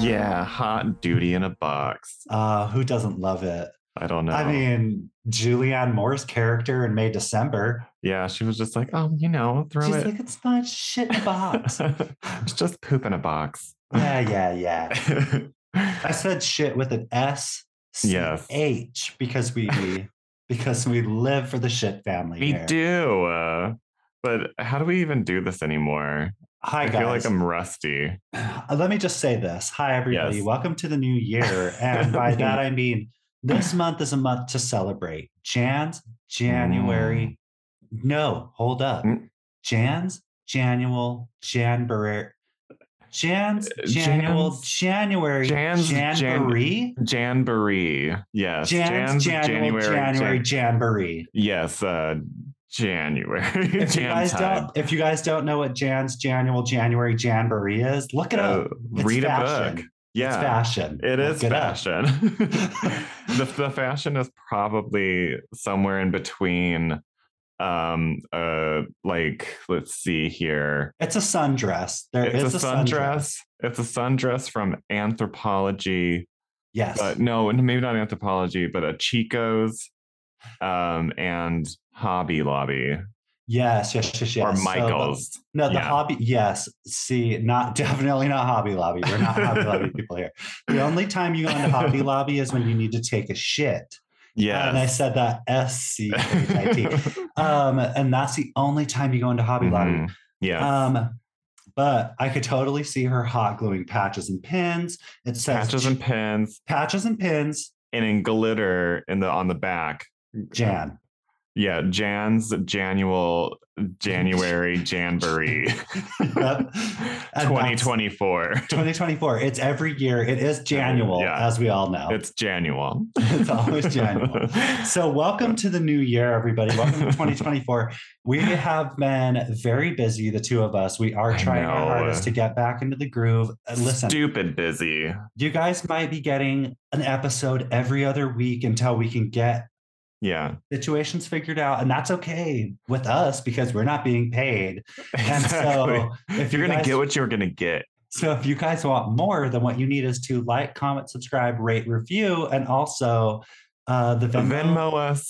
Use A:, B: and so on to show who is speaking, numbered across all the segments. A: Yeah, hot duty in a box.
B: Uh, who doesn't love it?
A: I don't know.
B: I mean, Julianne Moore's character in May December.
A: yeah, she was just like, oh, you know, throw
B: she's
A: it.
B: like, it's not shit in a box.
A: it's just poop in a box.
B: yeah, yeah, yeah. I said shit with an S C
A: Yes.
B: H because we because we live for the shit family.
A: we
B: here.
A: do. Uh, but how do we even do this anymore?
B: Hi
A: I
B: guys.
A: feel like I'm rusty.
B: Uh, Let me just say this. Hi, everybody.
A: Yes.
B: Welcome to the new year. And by that, I mean this month is a month to celebrate. Jan's January. No, hold up.
A: Mm.
B: Jan's Janual January. Jan's
A: Uh,
B: Janual
A: Jan's-
B: January.
A: Jan's Jan-
B: January.
A: Janbury. Yes.
B: Jan's
A: Jan's
B: Janual January
A: Jan-
B: Jamboree.
A: yes. Uh, January.
B: If you
A: Jan
B: guys
A: time.
B: don't, if you guys don't know what Jan's Janual January Jamboree is, look it
A: Uh,
B: up. It's
A: read a
B: fashion.
A: book.
B: It's
A: Yeah.
B: fashion.
A: It is
B: Look it up.
A: fashion. the, the fashion is probably somewhere in between um uh like let's see here
B: It's a sundress. There is
A: it's a,
B: sundress.
A: sundress. it's a sundress from anthropology
B: Yes.
A: but no maybe not anthropology but a chico's um and hobby lobby
B: Ah, yes. Yes. Yes. Yes.
A: or
B: So, but-
A: michael's
B: no, the
A: yeah.
B: hobby. Yes. See, not definitely not Hobby Lobby. We're not Hobby Lobby people here. The only time you go into Hobby Lobby is when you need to take a shit. And I
A: yes
B: said that S C H I T. Um, and that's the only time you go into Hobby Lobby.
A: Mhm. yes
B: Um, but I could totally see her hot gluing patches and pins. It says
A: patches and pins
B: patches and pins.
A: and in glitter in the on the back
B: Jan.
A: Yeah, Jan's Janual January Janbury
B: Yep. And that's-
A: 2024.
B: 2024. It's every year. It is Janual,
A: Yeah.
B: as we all know.
A: It's Janual.
B: Oh. It's always Janual. Uh, so, welcome to the new year, everybody. Welcome to 2024. We have been very busy, the two of us. We are
A: I
B: trying our
A: know.
B: hardest to get back into the groove. Uh, Listen,
A: Stupid busy.
B: you guys might be getting an episode every other week until we can get
A: Yeah.
B: situations figured out. And that's okay with us because we're not being paid. And so, if
A: if
B: you
A: you're going
B: guys-
A: to get what you're going to get,
B: So if you guys want more, then what you need is to like, comment, subscribe, rate, review, and also uh, the Venmo,
A: Venmo us.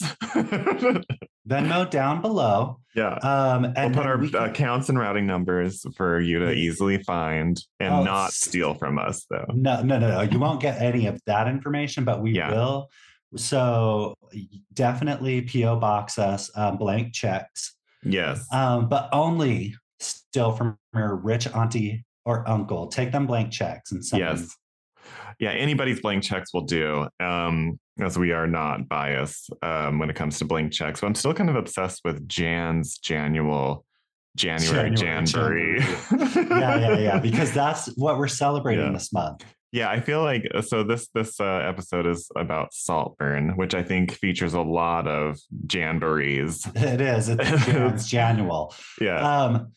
B: Venmo down below.
A: yeah.
B: Um,
A: We'll
B: and
A: put
B: then
A: our uh,
B: we can-
A: accounts and routing numbers for you to easily find and
B: Oh,
A: not
B: s-
A: steal from us, though.
B: no, no, no, no. You won't get any of that information, but we
A: Yeah.
B: will. So definitely PO box us um, blank checks,
A: Yes.
B: um, but only still from your rich auntie or uncle. Take them blank checks and send them.
A: Yes. Yeah, anybody's blank checks will do. Um, as we are not biased um, when it comes to blank checks, but I'm still kind of obsessed with Jan's Janual January, January
B: January, yeah, yeah, yeah. Because that's what we're celebrating
A: Yeah.
B: this month.
A: yeah, I feel like so. This this uh, episode is about Saltburn, which I think features a lot of Janburies.
B: It is. It's Jan's Janual.
A: Yeah,
B: Um,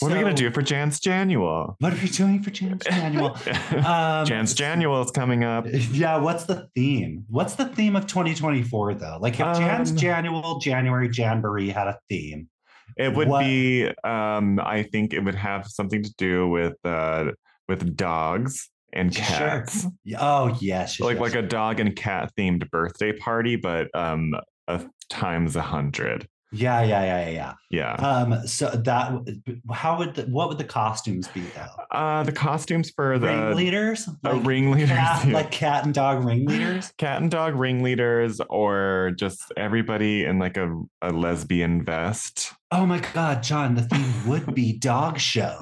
A: what are we gonna
B: so-
A: do for Jan's Janual?
B: What are we doing for Jan's Janual? Um,
A: Jan's Janual is coming up.
B: Yeah, what's the theme? What's the theme of 2024 though? Like if Jan's
A: Um,
B: Janual, January Jamboree had a theme,
A: It would
B: What-
A: be um I think it would have something to do with uh with dogs and
B: Sure.
A: cats.
B: Yeah, oh yes, yes,
A: Like
B: yes.
A: like a dog and cat themed birthday party but um a times a hundred.
B: yeah, yeah, yeah, yeah,
A: Yeah.
B: yeah. Um, so that w- how would the, what would the costumes be though?
A: Uh the costumes for the
B: ringleaders,
A: uh,
B: like,
A: ringleaders.
B: cat,
A: yeah.
B: like cat and dog ringleaders.
A: Cat and dog ringleaders, or just everybody in like a, a lesbian vest.
B: Oh my God, John, the theme would be dog show,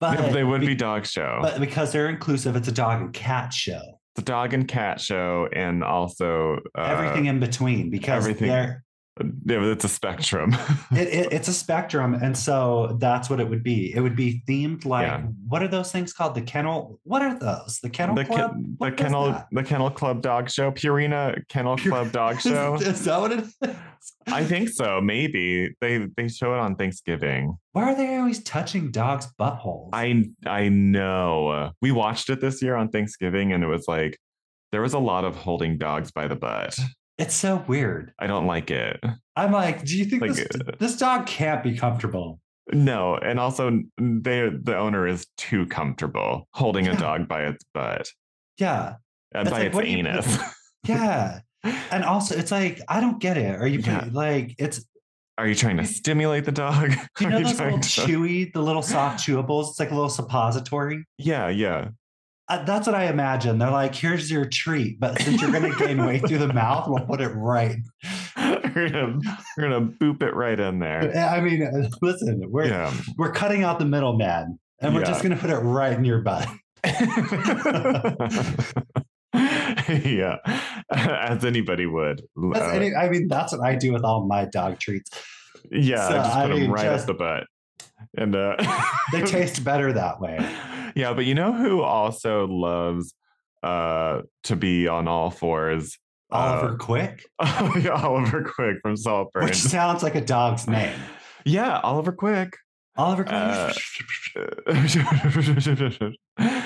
B: but
A: they would be dog show.
B: but because they're inclusive, it's a dog and cat show.
A: the dog and cat show, and also uh,
B: everything in between because
A: everything.
B: there
A: Yeah, but it's a spectrum.
B: it, it, it's a spectrum and so that's what it would be it would be themed like
A: Yeah.
B: what are those things called the kennel what are those the kennel
A: the,
B: club
A: ken- the
B: What is
A: kennel,
B: that?
A: the kennel club dog show, Purina Kennel
B: Pur-
A: Club dog show.
B: is, is that what it is
A: I think so. Maybe they they show it on Thanksgiving.
B: why are they always touching dogs buttholes
A: I I know. We watched it this year on Thanksgiving, and it was like there was a lot of holding dogs by the butt.
B: it's so weird
A: I don't like it.
B: i'm like do you think
A: Like,
B: this,
A: uh,
B: this dog can't be comfortable
A: No, and also they the owner is too comfortable holding a
B: Yeah.
A: dog by its butt,
B: Yeah.
A: uh,
B: That's
A: by
B: like,
A: its
B: what do you-
A: anus.
B: Yeah. And also, it's like, I don't get it. Are you
A: Yeah.
B: like, it's,
A: Are you trying to stimulate the dog?
B: do you
A: Are
B: know
A: you
B: those
A: trying
B: little
A: to-
B: chewy, the little soft chewables? It's like a little suppository.
A: Yeah, yeah.
B: Uh, that's what I imagine. They're like, here's your treat, but since you're going to gain weight through the mouth, we'll put it right.
A: we're gonna we're gonna boop it right in there.
B: I mean, uh, listen, we're
A: Yeah.
B: we're cutting out the middleman, and we're
A: Yeah.
B: just going to put it right in your butt.
A: yeah, as anybody would.
B: That's,
A: Uh,
B: I, mean, I mean, that's what I do with all my dog treats.
A: yeah,
B: so,
A: I just
B: I
A: put
B: mean,
A: them right
B: just-
A: up the butt, and uh,
B: They taste better that way.
A: yeah, but you know who also loves uh, to be on all fours?
B: Oliver Quick,
A: Oh, yeah, Oliver Quick from Saltburn.
B: which sounds like a dog's name.
A: Yeah, Oliver Quick.
B: Oliver Quick.
A: Uh,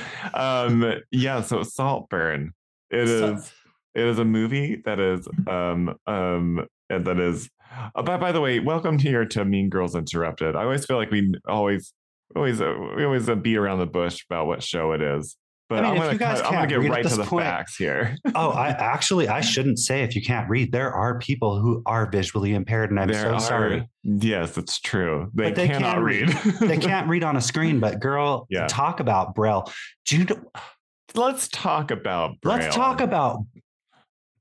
A: um, yeah, so Saltburn. It is.
B: So-
A: It is a movie that is um um and that is uh, by, by the way, welcome here to Mean Girls Interrupted. I always feel like we always always uh, we always uh, beat around the bush about what show it is. But I am
B: mean, if
A: gonna
B: you guys
A: cut- I'm gonna
B: can't
A: get
B: read it
A: right to
B: this
A: the
B: quick-
A: facts here.
B: oh, I actually I shouldn't say if you can't read. There are people who are visually impaired, and I'm so
A: are-
B: sorry.
A: Yes, it's true. They,
B: But they can
A: cannot read.
B: read. They can't read on a screen, but girl,
A: Yeah.
B: talk about Braille. Do you know,
A: Let's talk about Braille.
B: Let's talk about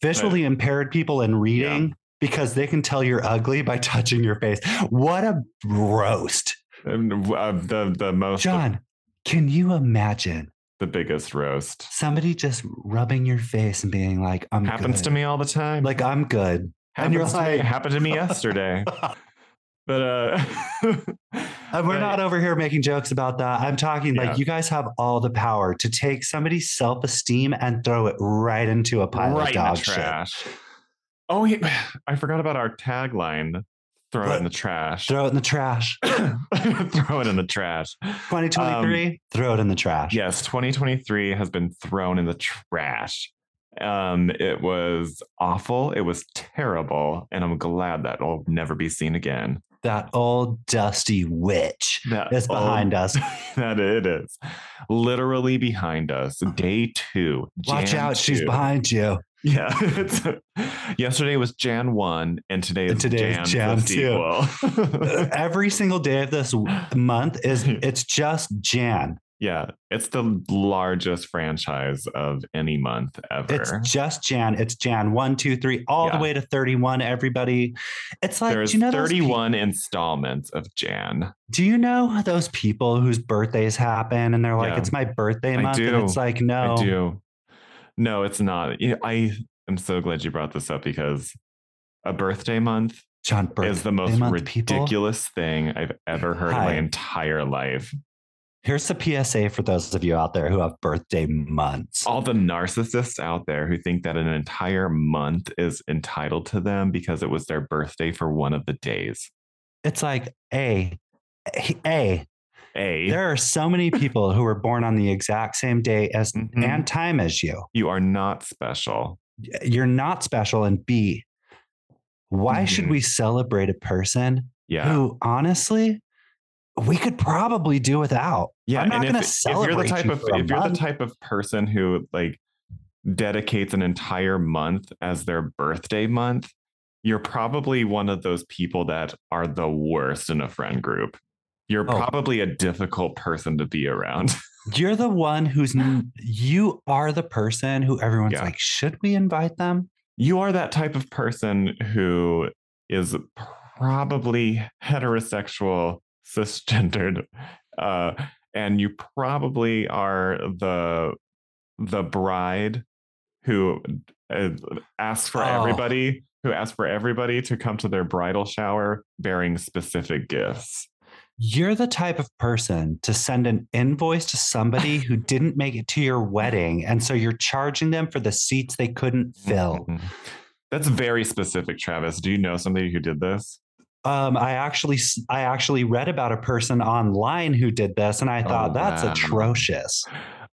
B: visually impaired people and reading because they can tell you're ugly by touching your face. What a roast.
A: And, uh, the the most
B: John, can you imagine
A: the biggest roast.
B: somebody just rubbing your face and being like, I'm
A: Happens
B: good.
A: to me all the time.
B: Like, I'm good. and you're
A: Happens to me-
B: like-
A: happened to me yesterday. But uh
B: And Uh, we're
A: but-
B: not over here making jokes about that. I'm talking
A: Yeah.
B: like you guys have all the power to take somebody's self esteem and throw it right into a pile
A: right
B: of dog
A: in the
B: shit.
A: trash. Oh, yeah. I forgot about our tagline. Throw it in
B: What?
A: the trash.
B: Throw it in the trash.
A: Um, Throw it in the trash.
B: 2023, throw it in the trash.
A: Yes, 2023 has been thrown in the trash. Um, it was awful. It was terrible, and I'm glad that will never be seen again.
B: that old dusty witch
A: That
B: is
A: old-
B: behind us.
A: that it is literally behind us. Day two.
B: Uh-huh. Watch
A: Jan
B: out, she's
A: two.
B: behind you.
A: Yeah. it's- yesterday was Jan 1 and today is
B: And today
A: Jan,
B: is
A: Jan
B: Jan
A: 2.
B: Every single day of this month is it's just Jan.
A: yeah, it's the largest franchise of any month ever.
B: It's just Jan. It's Jan one, two, three, all
A: Yeah.
B: the way to 31. Everybody. It's like
A: There's
B: do you know those pe-
A: 31 installments of Jan.
B: do you know those people whose birthdays happen and they're like,
A: Yeah.
B: it's my birthday
A: I
B: month?
A: do.
B: And it's like, no.
A: I do. No, it's not. You know, I am so glad you brought this up because a birthday month
B: John birthday
A: is the most
B: month, people.
A: ridiculous thing I've ever heard in my
B: Hi.
A: entire life.
B: Here's the PSA for those of you out there who have birthday months.
A: all the narcissists out there who think that an entire month is entitled to them because it was their birthday for one of the days.
B: It's like, A, A,
A: A,
B: There are so many people who were born on the exact same day as
A: Mhm.
B: and time as you.
A: you are not special.
B: You're not special. And B, why should
A: Mhm.
B: we celebrate a person
A: Yeah.
B: who honestly we could probably do without?
A: yeah.
B: I'm not
A: and
B: gonna
A: if, if you're the
B: celebrate
A: type
B: you
A: of
B: for a
A: if you're the
B: month.
A: type of person who like dedicates an entire month as their birthday month, you're probably one of those people that are the worst in a friend group. You're
B: Oh.
A: probably a difficult person to be around.
B: You're the one who's n- you are the person who everyone's
A: Yeah.
B: like, should we invite them?
A: you are that type of person who is probably heterosexual, cisgendered, uh, and you probably are the the bride who uh, asks for
B: Oh.
A: everybody who asks for everybody to come to their bridal shower bearing specific gifts.
B: You're the type of person to send an invoice to somebody who didn't make it to your wedding. And so you're charging them for the seats they couldn't fill.
A: Mhm. That's very specific, Travis. Do you know somebody who did this?
B: Um, I actually, s- I actually read about a person online who did this, and I thought
A: Oh,
B: that's
A: wow.
B: atrocious.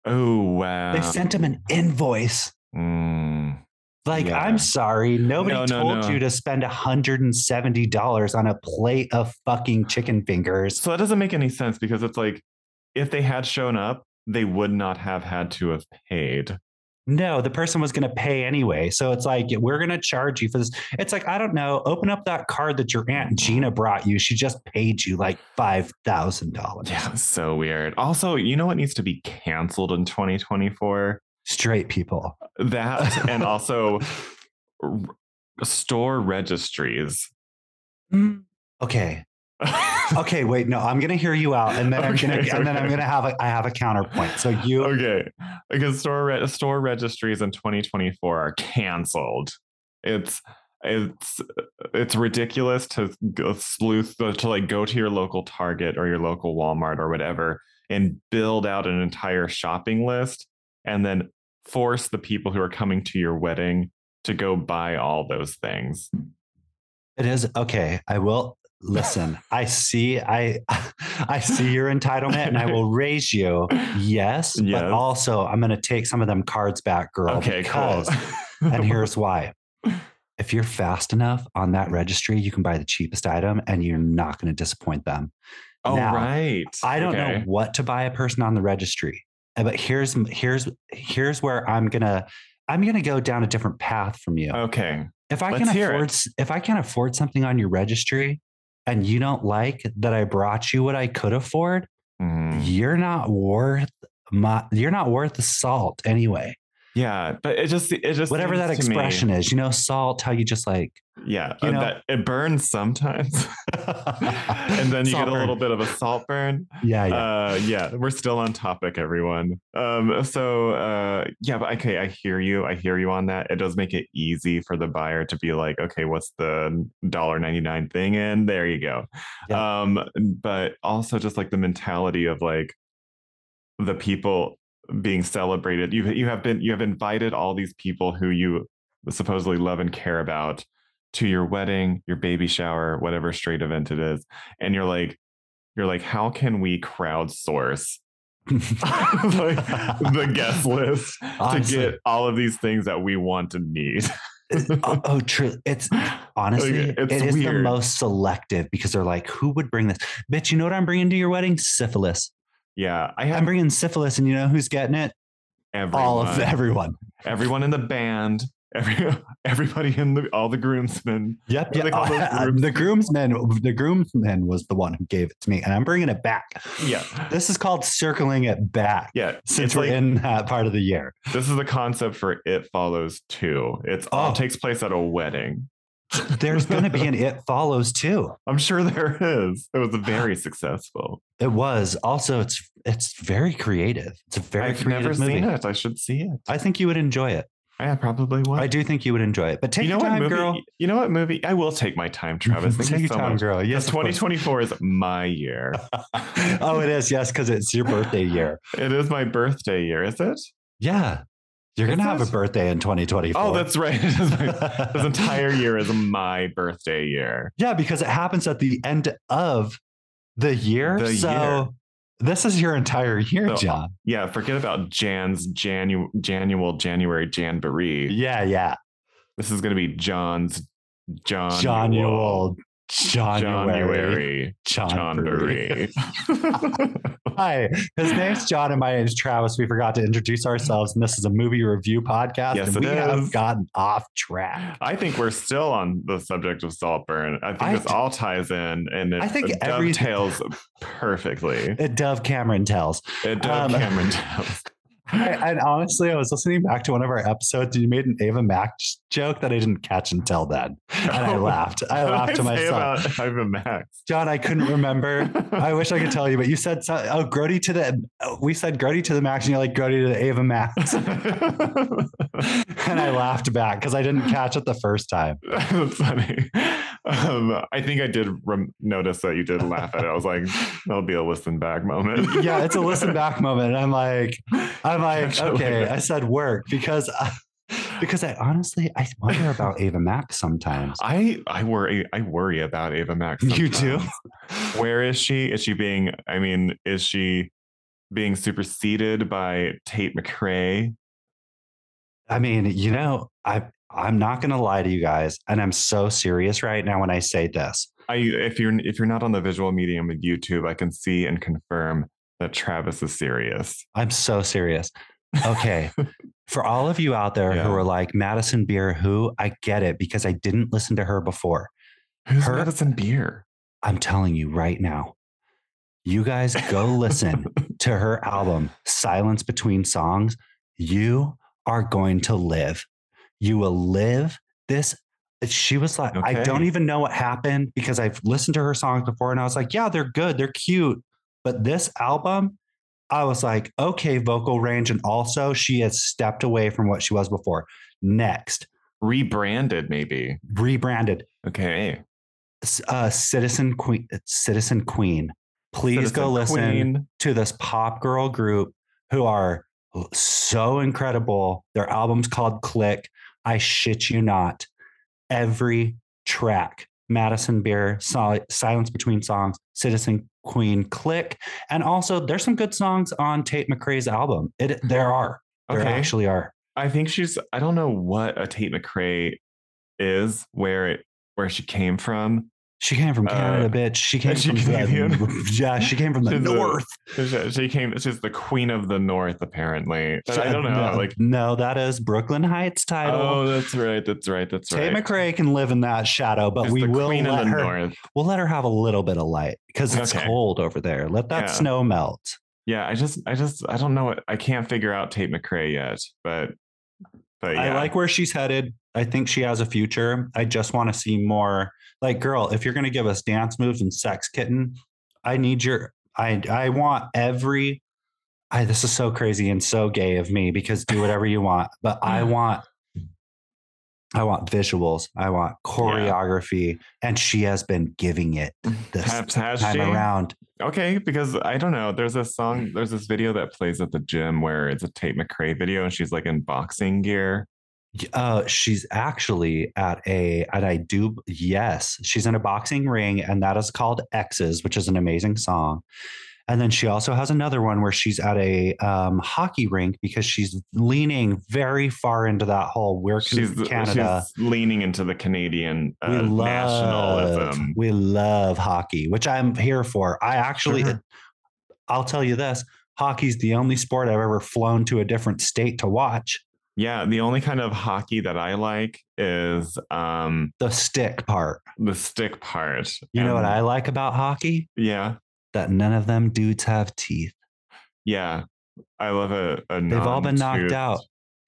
A: Oh wow!
B: They sent him an invoice.
A: Mm.
B: Like,
A: Yeah.
B: I'm sorry, nobody
A: No, no,
B: told
A: no.
B: you to spend $170 on a plate of fucking chicken fingers.
A: So that doesn't make any sense because it's like if they had shown up, they would not have had to have paid.
B: No, the person was going to pay anyway. So it's like, we're going to charge you for this. It's like, I don't know, open up that card that your Aunt Gina brought you. She just paid you like $5,000.
A: Yeah, so weird. Also, you know what needs to be canceled in 2024?
B: Straight people.
A: That and also r- store registries.
B: Mm. Okay. Okay, wait, no, I'm gonna hear you out, and then I'm gonna,
A: Okay,
B: and then I'm
A: okay.
B: gonna have a, I have a counterpoint. So you,
A: okay, because store re- store registries in 2024 are canceled. It's it's it's ridiculous to go sleuth uh, to like go to your local Target or your local Walmart or whatever and build out an entire shopping list and then force the people who are coming to your wedding to go buy all those things.
B: It is okay. I will listen. I see. I I see your entitlement, and I will raise you. Yes, but
A: Yes.
B: also I'm going to take some of them cards back, girl.
A: okay, cool.
B: because- and here's why. If you're fast enough on that registry, you can buy the cheapest item, and you're not going to disappoint them.
A: oh
B: now,
A: right.
B: I don't know
A: Okay.
B: what to buy a person on the registry, Uh, but here's here's here's where I'm gonna I'm gonna go down a different path from you.
A: Okay.
B: If I
A: Oh, Let's
B: can
A: hear it.
B: afford, s- if I can afford something on your registry, and you don't like that I brought you what I could afford,
A: Mhm.
B: you're not worth my. You're not worth the salt anyway.
A: Yeah, but it just it just
B: Whatever that expression is, you know, salt. How you just like
A: is. Yeah,
B: you
A: uh,
B: know?
A: that- it burns sometimes, and then you
B: Salt
A: get a
B: burn.
A: little bit of a salt burn.
B: yeah, yeah.
A: Uh, yeah, we're still on topic, everyone. Um, so uh, yeah, but okay, I hear you. I hear you on that. It does make it easy for the buyer to be like, okay, what's the dollar ninety nine thing? And there you go.
B: Yeah.
A: Um, but also just like the mentality of like the people being celebrated. You you have been you have invited all these people who you supposedly love and care about to your wedding, your baby shower, whatever straight event it is, and you're like, you're like, how can we crowdsource like the guest list
B: Honestly.
A: to get all of these things that we want to need?
B: oh, oh, true. It's honestly,
A: Like, it's
B: it is the
A: weird.
B: most selective because they're like, who would bring this? Bitch, you know what I'm bringing to your wedding? Syphilis.
A: Yeah, I
B: I'm
A: have
B: bringing syphilis, and you know who's getting it?
A: everyone,
B: All of everyone.
A: everyone in the band, every everybody in the all the groomsmen.
B: Yep.
A: do they
B: yep.
A: call those
B: Uh,
A: groups?
B: the groomsman, the groomsman was the one who gave it to me, and I'm bringing it back.
A: Yeah,
B: This is called circling it back.
A: yeah.
B: Since
A: it's
B: we're
A: like-
B: in that part of the year,
A: This is the concept for It Follows Two. It's all
B: Oh.
A: takes place at a wedding.
B: there's going to be an it follows too.
A: I'm sure there is. It was very successful.
B: It was also it's it's very creative. It's a very
A: I've never
B: creative
A: seen
B: movie.
A: it. I should see it.
B: I think you would enjoy it.
A: I probably would.
B: I do think you would enjoy it. But take
A: you know
B: your time,
A: what movie?
B: girl.
A: You know what movie? I will take my time, Travis. Thank
B: take
A: you
B: your
A: so
B: time,
A: much.
B: girl.
A: Yes,
B: Yes, of course.
A: 2024 is my year.
B: oh, it is. Yes, because it's your birthday year.
A: It is my birthday year, is it?
B: Yeah, you're
A: Is
B: gonna have a
A: it?
B: birthday in 2024.
A: Oh, that's right. It is my- this entire year is my birthday year.
B: Yeah, because it happens at the end of the year.
A: The
B: so
A: year.
B: this is your entire year,
A: So-
B: John.
A: Yeah, forget about Jan's Janu Janual January Janbury.
B: Yeah, yeah.
A: This is going to be John's John
B: John Newell. January.
A: January
B: John Bury.
A: January.
B: Hi, his name's John and my name's Travis. We forgot to introduce ourselves, and this is a movie review podcast.
A: Yes,
B: and
A: it
B: we have
A: is.
B: gotten off track.
A: I think we're still on the subject of Saltburn. I think
B: I
A: this
B: th-
A: all ties in and it
B: I think every-
A: dovetails perfectly.
B: It Dove Cameron tells.
A: It does,
B: Um,
A: Cameron tells.
B: I, and honestly, I was listening back to one of our episodes, and you made an Ava Max joke that I didn't catch until then, and I
A: Oh.
B: laughed. I laughed to
A: What did I say
B: myself.
A: about Ivan Max.
B: John, I couldn't remember. I wish I could tell you, but you said so, oh Grody to the oh, we said Grody to the max, and you're like Grody to the Ava Max, and I laughed back because I didn't catch it the first time.
A: That's funny. Um, I think I did rem- notice that you did laugh at it. I was like, that'll be a listen back moment.
B: Yeah, it's a listen back moment. I'm like, I'm like,
A: Catch it
B: okay,
A: later.
B: I said work because I, because I honestly I wonder about Ava Max sometimes.
A: I I worry I worry about Ava Max.
B: You do?
A: sometimes. Where is she? Is she being? I mean, is she being superseded by Tate McRae?
B: I mean, you know, I I'm not going to lie to you guys, and I'm so serious right now when I say this.
A: I if you're if you're not on the visual medium of YouTube, I can see and confirm that Travis is serious.
B: I'm so serious. Okay. For all of you out there
A: Yeah.
B: who are like Madison Beer, who I get it because I didn't listen to her before.
A: Who's
B: Her-
A: Madison Beer?
B: I'm telling you right now, you guys go listen to her album, Silence Between Songs. You are going to live. You will live this. She was like, I
A: Okay.
B: don't even know what happened because I've listened to her songs before and I was like, yeah, they're good, they're cute. But this album, I was like, okay, vocal range. And also, she has stepped away from what she was before. Next,
A: Rebranded, maybe.
B: rebranded
A: Okay.
B: s- uh, Citizen Queen. Citizen Queen. Please
A: Citizen
B: go listen
A: Queen.
B: to this pop girl group who are so incredible. Their album's called Click. I shit you not. Every track, Madison Beer, Sol- Silence Between Songs, Citizen Queen, Click. And also, there's some good songs on Tate McRae's album. It, there are. There
A: Mm-hmm. Okay.
B: actually are.
A: I think she's. I don't know what a Tate McRae is, where it where she came from.
B: She came from
A: Uh,
B: Canada, bitch. She came
A: is she
B: from
A: Canadian?
B: the, yeah, she came from the
A: She's a-
B: north.
A: She, she came. She's the queen of the north, apparently. But I don't know.
B: No,
A: Like,
B: no, that is Brooklyn Heights title.
A: oh, that's right. That's right. That's
B: Tay
A: right.
B: McRae can live in that shadow, but
A: She's
B: we
A: the
B: will
A: queen
B: let
A: of the
B: her.
A: north.
B: We'll let her have a little bit of light because it's
A: Okay.
B: cold over there. Let that
A: Yeah.
B: snow melt.
A: Yeah, I just, I just, I don't know. What, I can't figure out Tate McRae yet, but, but yeah,
B: I like where she's headed. I think she has a future. I just want to see more. Like, girl, if you're going to give us dance moves and sex kitten, I need your. I I want every. I, this is so crazy and so gay of me because do whatever you want, but I
A: Mm.
B: want. I want visuals. I want choreography, and she has been giving it this
A: Perhaps has
B: time
A: Mm. she?
B: around.
A: Okay, because I don't know. There's a song, there's this video that plays at the gym where it's a Tate McRae video and she's like in boxing gear.
B: Y- Uh, she's actually at a, and I do, yes, she's in a boxing ring, and that is called X's, which is an amazing song. And then she also has another one where she's at a um, hockey rink because she's leaning very far into that hole. Where can
A: She's, uh,
B: Canada?
A: she's leaning into the Canadian
B: we
A: uh,
B: love
A: nationalism.
B: we love hockey, which I'm here for. I actually,
A: Sure.
B: I'll tell you this: hockey's the only sport I've ever flown to a different state to watch.
A: Yeah, the only kind of hockey that I like is um
B: The stick part.
A: the stick part.
B: You know what
A: And-
B: I like about hockey?
A: Yeah,
B: that none of them dudes have teeth.
A: yeah. I love a, a
B: They've all been knocked
A: non-toothed
B: out.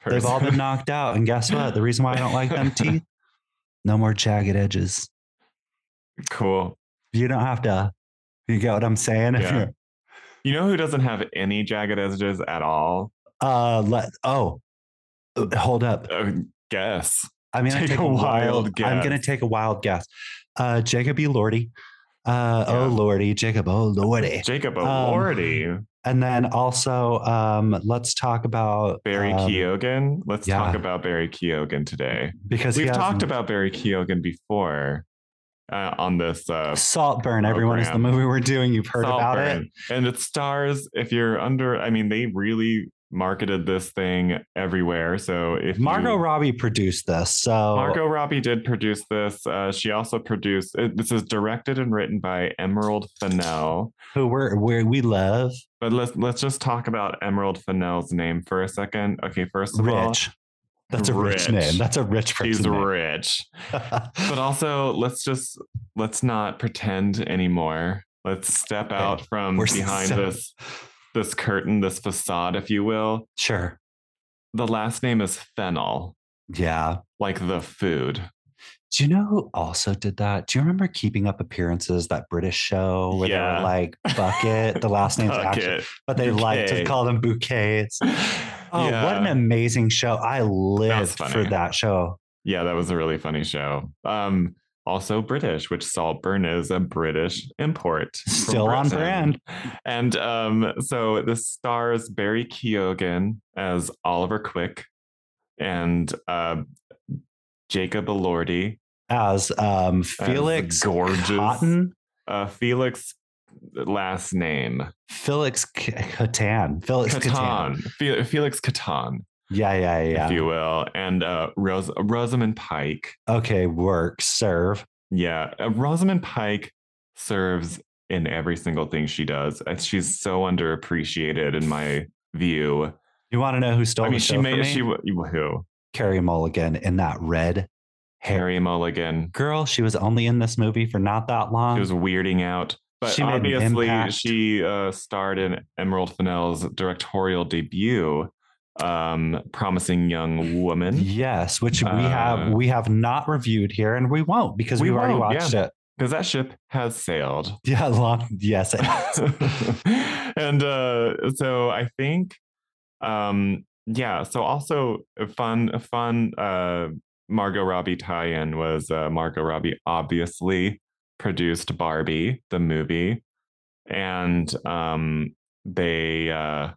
B: They've all been
A: person.
B: knocked out. And guess what? The reason why I don't like them teeth, no more jagged edges.
A: cool.
B: You don't have to. You get what I'm saying? If
A: Yeah.
B: you're-
A: You know who doesn't have any jagged edges at all?
B: Uh, let, oh, uh, hold up.
A: Uh, guess.
B: I'm gonna
A: Take
B: take,
A: a
B: a wild.
A: wild
B: I'm gonna
A: guess.
B: take a wild guess. Uh, Jacob E. Lordy. Uh,
A: Yeah.
B: oh Lordy, Jacob. Oh Lordy.
A: Jacob
B: Um,
A: Elordi,
B: And then also, um, let's talk about
A: Barry
B: um,
A: Keoghan. Let's talk
B: yeah.
A: about Barry Keoghan today.
B: because he
A: We've
B: has
A: talked about Barry Keoghan before uh, on this uh,
B: Saltburn. Everyone is the
A: program.
B: movie we're doing. You've heard about it.
A: Saltburn. And it stars, if you're under, I mean, they really marketed this thing everywhere. So if
B: Margot
A: you,
B: Robbie produced this, so
A: Hmm. Margot Robbie did produce this, uh, she also produced, it, this is directed and written by Emerald Fennell.
B: who we're, we're we love
A: But let's let's just talk about Emerald Fennell's name for a second. Okay, first of all,
B: rich. That's a rich,
A: Rich.
B: name. That's a rich person.
A: she's
B: name.
A: rich. but also let's just let's not pretend anymore let's step out from
B: We're
A: behind
B: so-
A: this this curtain this facade if you will
B: sure.
A: the last name is fennel
B: Yeah.
A: like the food
B: Do you know who also did that? Do you remember Keeping Up Appearances, that British show where they
A: Yeah.
B: were like Bucket, the last name's actually,
A: Bucket.
B: but they like to
A: Bouquet.
B: call them bouquets. Oh, what an
A: Yeah.
B: amazing show! I lived for
A: funny.
B: that show.
A: yeah that was a really funny show um also british which saltburn is a british import from
B: Still on
A: Britain.
B: brand.
A: and um so this stars barry keoghan as oliver quick and uh jacob elordi
B: As um,
A: as
B: Felix
A: gorgeous
B: Cotton,
A: uh felix uh, last name
B: Felix C- Catan, Felix Catan.
A: Catan. Fe- felix Catan.
B: Yeah, yeah, yeah.
A: if you will. And uh, Ros- Rosamund Pike.
B: okay, work, serve.
A: Yeah, uh, Rosamund Pike serves in every single thing she does. And she's so underappreciated in my view.
B: You want to know who stole
A: I mean,
B: the show
A: she made
B: from me?
A: she wa- who
B: Carrie Mulligan in that red
A: Harry Mulligan.
B: girl. She was only in this movie for not that long.
A: She was weirding out. But
B: Um, she made an
A: obviously,
B: impact.
A: she uh, starred in Emerald Fennell's directorial debut, um, Promising Young Woman.
B: yes, which we have
A: Uh,
B: we have not reviewed here, and we won't because
A: We
B: we have already
A: won't,
B: watched it.
A: Because that ship has sailed.
B: Yeah, long. Yes, it has.
A: and uh, so I think, um, yeah. So also a fun, a fun uh, Margot Robbie tie-in was uh, Margot Robbie obviously produced Barbie the movie, and um, they uh,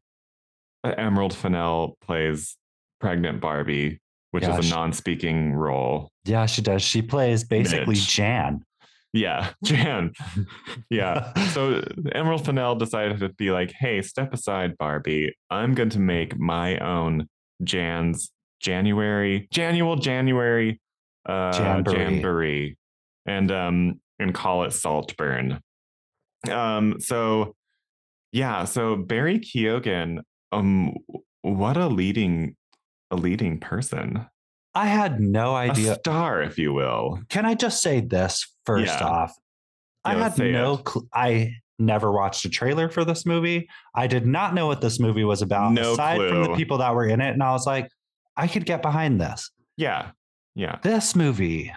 A: Emerald Fennell plays pregnant Barbie, which
B: Gosh.
A: is a non-speaking role.
B: yeah, she does. She plays basically
A: Mitch.
B: Jan.
A: Yeah, Jan. Yeah. So Emerald Fennell decided to be like, hey, step aside, Barbie. I'm going to make my own Jan's January, Janual January uh,
B: Jamboree.
A: Jamboree. and um and call it Saltburn. Um, so yeah, so Barry Keoghan, um what a leading a leading person.
B: I had no
A: A
B: idea.
A: star, if you will.
B: Can I just say this first
A: Yeah.
B: off? I
A: Yeah,
B: had
A: let's say
B: no. Cl- I never watched a trailer for this movie. I did not know what this movie was about.
A: No
B: aside from the
A: clue.
B: people that were in it, and I was like, I could get behind this.
A: Yeah. Yeah.
B: This movie,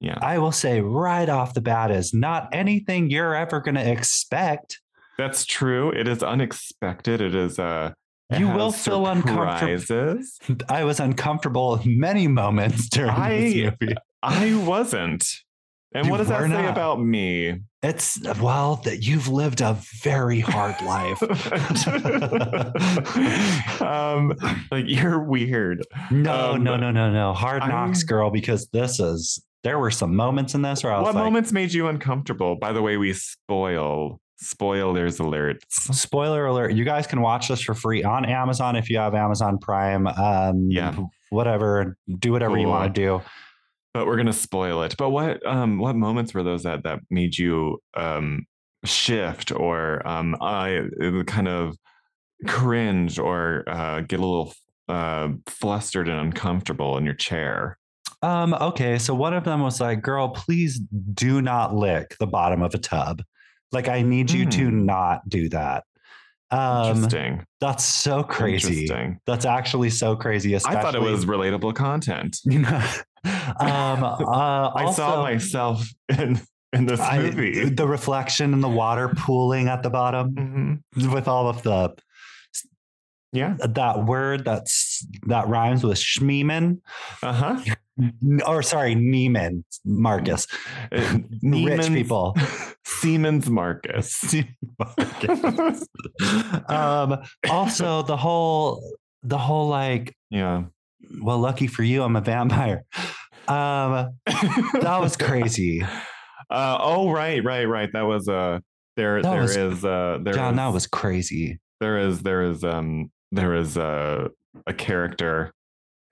A: Yeah.
B: I will say right off the bat, is not anything you're ever going to expect.
A: That's true. It is unexpected. It is uh it
B: You will
A: has
B: feel uncomfortable.
A: surprises.
B: I was uncomfortable in many moments during this
A: I-
B: movie.
A: I wasn't. And
B: You
A: what does that
B: were
A: say
B: not.
A: about me?
B: It's well that you've lived a very hard life.
A: um, like you're weird.
B: No,
A: Um,
B: no, no, no, no. Hard knocks,
A: I'm-
B: girl, because this is there were some moments in this where I was
A: What
B: like,
A: moments made you uncomfortable? By the way, we spoil spoilers alerts.
B: spoiler alert, you guys can watch this for free on Amazon if you have Amazon Prime. Um
A: Yeah.
B: whatever. Do whatever you
A: Cool.
B: want to do.
A: But we're gonna spoil it. But what um what moments were those that that made you um shift or um I uh, kind of cringe or uh, get a little uh, flustered and uncomfortable in your chair?
B: Um, okay, so one of them was like, girl, please do not lick the bottom of a tub. Like, I need you to
A: Hmm.
B: not do that. Um,
A: Interesting.
B: that's so crazy.
A: Interesting.
B: That's actually so crazy. Especially,
A: I thought it was relatable content.
B: You know, um, uh,
A: I saw
B: also-
A: myself in in this
B: I-
A: movie.
B: the reflection in the water pooling at the bottom
A: Mhm.
B: with all of the
A: Yeah.
B: that word that's that rhymes with Schmeeman
A: Uh huh.
B: or sorry Neiman Marcus rich people
A: Uh, Siemens Marcus.
B: um also the whole the whole like
A: yeah.
B: well lucky for you I'm a vampire um that was crazy
A: Uh, oh right, right, right. That was uh there.
B: That
A: there
B: was-
A: is uh there
B: John
A: is-
B: that was crazy
A: there is there is um there is a a character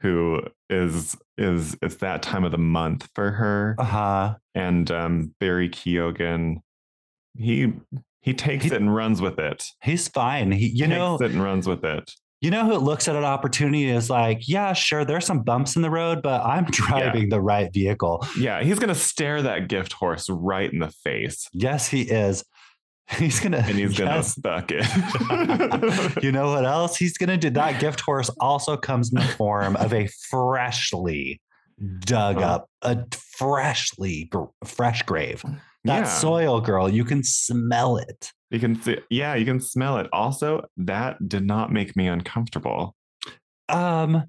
A: who is is it's that time of the month for her
B: uh-huh
A: and um Barry Keoghan he he takes
B: He-
A: it and runs with it
B: he's fine he, you
A: takes
B: know
A: it and runs with it
B: You know who looks at an opportunity is like, yeah, sure, there's some bumps in the road, but I'm driving the right vehicle.
A: yeah he's gonna stare that gift horse right in the face
B: Yes, he is. He's gonna.
A: and he's gonna
B: Yes.
A: suck it
B: you know what else he's gonna do? That gift horse also comes in the form of a freshly dug
A: Uh-huh.
B: up, a freshly gr- fresh grave.
A: yeah
B: That soil, girl, you can smell it.
A: you can see yeah you can smell it also that did not make me uncomfortable
B: Um,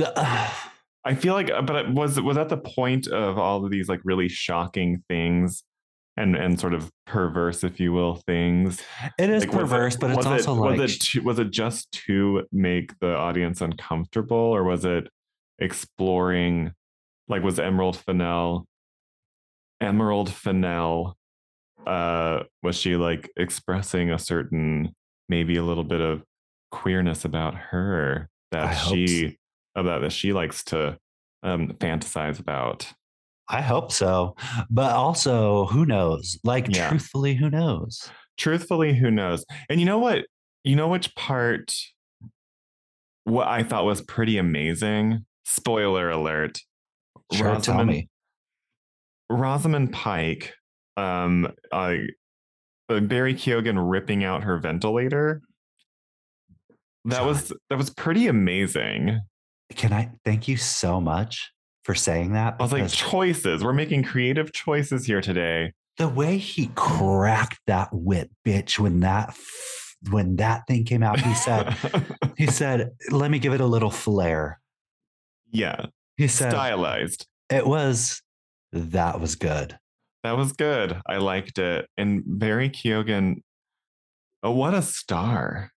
B: the
A: I feel like, uh, but it was was that the point of all of these like really shocking things, and and sort of perverse, if you will, things?
B: it is
A: Like, was it-
B: perverse, but
A: was
B: it's
A: it-
B: also like
A: was it to, was it just to make the audience uncomfortable, or was it exploring? Like, was Emerald Fennell, Emerald Fennell, uh, was she like expressing a certain maybe a little bit of queerness about her
B: I
A: that
B: hope
A: she about that she likes to um fantasize about.
B: I hope so. But also, who knows? Like,
A: Yeah.
B: truthfully, who knows?
A: Truthfully, who knows? And you know what? You know which part what I thought was pretty amazing? Spoiler alert.
B: Sure, tell
A: Rosamund-
B: me.
A: Rosamund Pike, um, I, uh, Barry Keoghan ripping out her ventilator. That was that was pretty amazing.
B: Can I thank you so much for saying that?
A: I was like,
B: because
A: choices. We're making creative choices here today.
B: the way he cracked that whip, bitch, when that f- when that thing came out, he said, he said, let me give it a little flair.
A: yeah,
B: He said
A: stylized.
B: it was that was good.
A: That was good. I liked it. And Barry Keoghan, oh, what a star!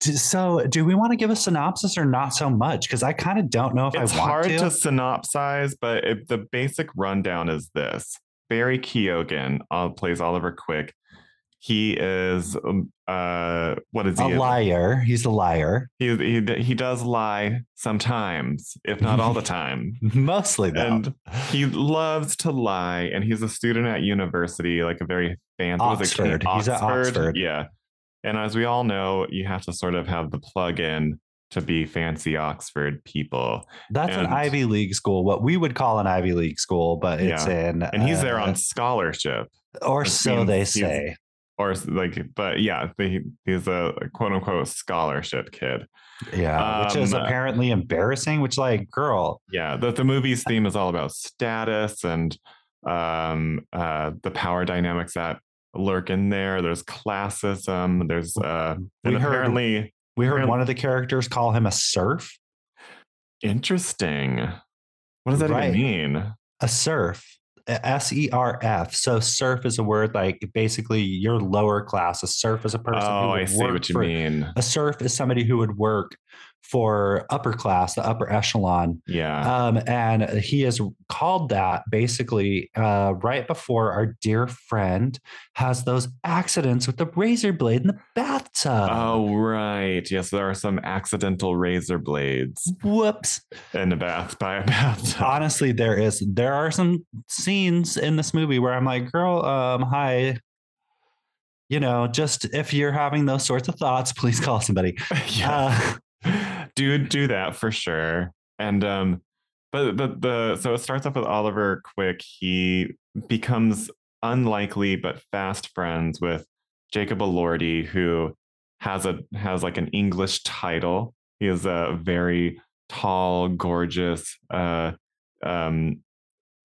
B: D- So, do we want to give a synopsis or not so much? Because I kind of don't know if
A: it's
B: I want
A: hard to, synopsize, but it, the basic rundown is this: Barry Keoghan uh, plays Oliver Quick. He is um, uh, what is
B: a
A: he?
B: liar. He's a liar.
A: He, he he does lie sometimes, if not all the time.
B: Mostly though.
A: And he loves to lie, and he's a student at university, like a very fancy what is it,
B: Oxford. He's at Oxford.
A: Yeah. And as we all know, you have to sort of have the plug in to be fancy Oxford people.
B: That's an
A: and-
B: Ivy League school, what we would call an Ivy League school, but it's in
A: And he's there
B: uh,
A: on scholarship,
B: or
A: which
B: so
A: means
B: they
A: he's-
B: say.
A: or s- like, but yeah, he, he's a quote unquote scholarship kid.
B: Yeah, which is
A: um,
B: apparently embarrassing. Which, like, girl,
A: yeah the, the movie's theme is all about status and um uh the power dynamics that lurk in there there's classism there's uh
B: We
A: and
B: heard-
A: apparently
B: we heard
A: apparently-
B: one of the characters call him a serf.
A: interesting what does that
B: Right.
A: even mean
B: A serf, S E R F. So, serf is a word like basically your lower class. A serf is a person.
A: oh
B: would
A: i see
B: work
A: what you
B: for-
A: mean
B: A serf is somebody who would work for upper class, the upper echelon,
A: yeah
B: Um, and he has called that basically uh, right before our dear friend has those accidents with the razor blade in the bathtub.
A: oh right yes there are some accidental razor blades
B: Whoops.
A: in the bath by a bathtub
B: Honestly, there is there are some scenes in this movie where I'm like, girl, um, hi. You know, just if you're having those sorts of thoughts, please call somebody.
A: yeah
B: Uh,
A: do do that for sure. And um, but but the so it starts off with Oliver Quick. He becomes unlikely but fast friends with Jacob Elordi, who has a has like an English title. He is a very tall, gorgeous, uh, um,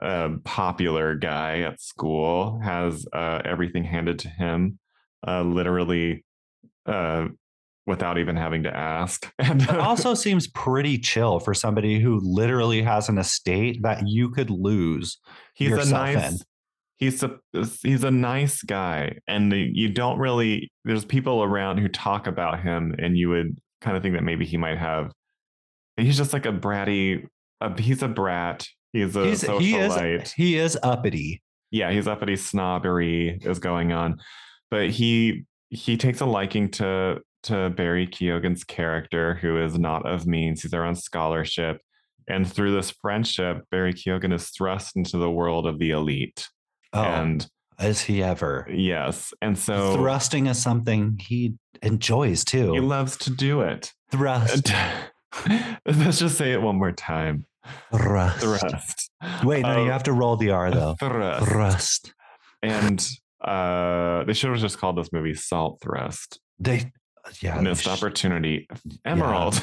A: uh, popular guy at school. Has uh, everything handed to him, uh, literally, uh, without even having to ask. And uh,
B: but also seems pretty chill for somebody who literally has an estate that you could lose.
A: he's a
B: yourself
A: nice
B: in.
A: he's a he's a nice guy and the- you don't really there's people around who talk about him and you would kind of think that maybe he might have he's just like a bratty a, he's a brat he's a
B: He's, he
A: socialite
B: is he is uppity.
A: yeah his uppity snobbery is going on but he he takes a liking to to barry keoghan's character who is not of means he's there on scholarship and through this friendship barry keoghan is thrust into the world of the elite
B: Oh,
A: and
B: is he ever?
A: yes and so
B: Thrusting is something he enjoys too.
A: he loves to do it
B: thrust,
A: let's just say it one more time
B: thrust.
A: thrust
B: Wait, no, you
A: Uh,
B: have to roll the R though.
A: thrust
B: Thrust.
A: and uh they should have just called this movie salt thrust
B: They, yeah.
A: missed
B: they sh-
A: opportunity. Emerald.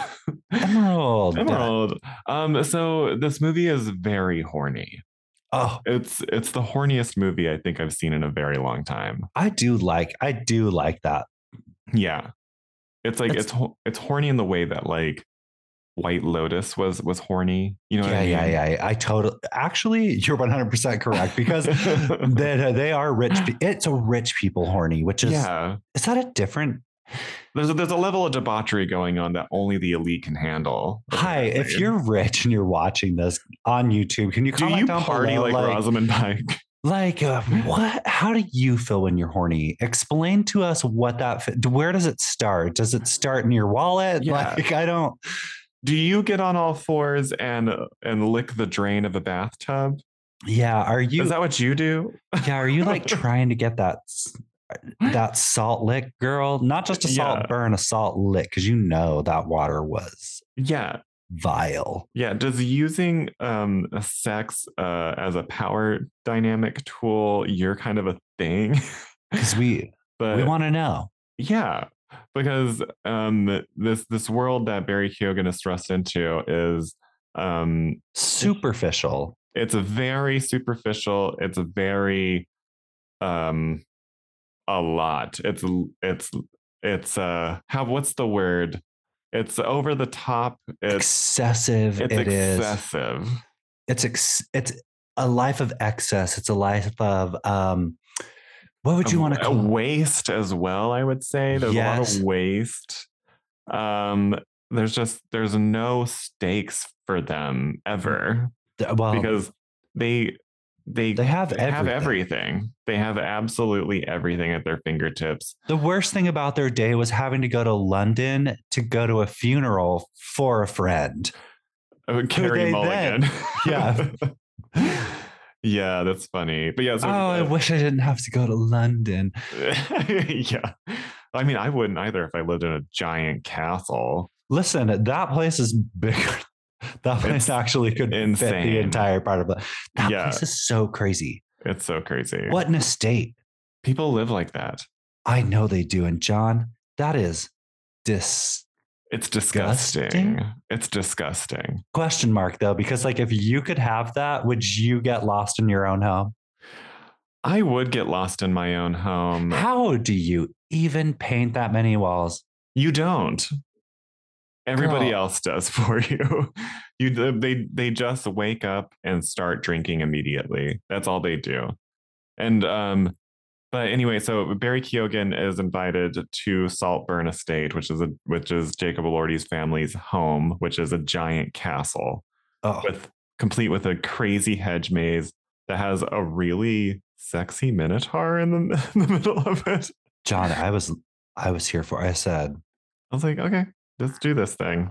B: Emerald.
A: Emerald. Um, so this movie is very horny.
B: Oh,
A: It's it's the horniest movie I think I've seen in a very long time.
B: I do like. I do like that.
A: Yeah. It's like
B: It's-
A: it's it's, ho- it's horny in the way that like White Lotus was was horny. You know what
B: yeah,
A: I mean?
B: yeah, yeah, I totally. Actually, you're 100 percent correct because they they are rich. pe- It's a rich people horny, which is
A: yeah.
B: is that a different
A: There's a, there's a level of debauchery going on that only the elite can handle.
B: Hi, if
A: apparently.
B: you're rich and you're watching this on YouTube, can you
A: do
B: comment
A: you
B: down
A: party
B: below,
A: like, Rosamund Pike?
B: like uh, what? How do you feel when you're horny? Explain to us what that. fe- Where does it start? Does it start in your wallet?
A: Yeah.
B: Like I don't.
A: Do you get on all fours and and lick the drain of a bathtub?
B: Yeah, are you?
A: Is that what you do?
B: yeah, are you like trying to get that s- that salt lick, girl? Not just a salt
A: Yeah.
B: burn, a salt lick, because you know that water was
A: Yeah,
B: vile.
A: yeah. Does using um sex uh, as a power dynamic tool your kind of a thing?
B: Because we
A: but
B: we want to know.
A: yeah because um this this world that barry keoghan is thrust into is um
B: Superficial.
A: it's a very superficial it's a very um a lot it's it's it's uh how what's the word it's over the top it's
B: excessive.
A: it's
B: it is.
A: excessive
B: It's ex- it's a life of excess. It's a life of um. What would you
A: A-
B: want to
A: a
B: call?
A: waste as well i would say there's a lot
B: Yes.
A: of waste um there's just there's no stakes for them ever
B: it? Well,
A: because they they
B: Mm, um, they have
A: they have
B: everything.
A: everything they have absolutely everything at their fingertips
B: The worst thing about their day was having to go to London to go to a funeral for a friend.
A: oh, carrie
B: they
A: mulligan
B: Yeah.
A: yeah that's funny but yeah so,
B: oh, I
A: uh,
B: wish I didn't have to go to London.
A: yeah i mean i wouldn't either if i lived in a giant castle
B: Listen, that place is bigger. That place
A: It's
B: actually could fit
A: insane.
B: the entire part of it. That
A: Yeah.
B: place is so crazy.
A: it's so crazy
B: What an estate.
A: people live like that
B: I know they do. And John, that is dis
A: It's disgusting.
B: Disgusting?
A: It's disgusting.
B: question mark though, because like if you could have that, would you get lost in your own home?
A: I would get lost in my own home.
B: How do you even paint that many walls?
A: You don't. Everybody
B: Girl.
A: else does for you. You they they just wake up and start drinking immediately. That's all they do. And um but anyway, so Barry Keoghan is invited to Saltburn Estate, which is a which is Jacob Elordi's family's home, which is a giant castle.
B: Oh,
A: with complete with a crazy hedge maze that has a really sexy minotaur in the, in the middle of it.
B: John, I was I was here for. I said
A: I was like, okay, let's do this thing,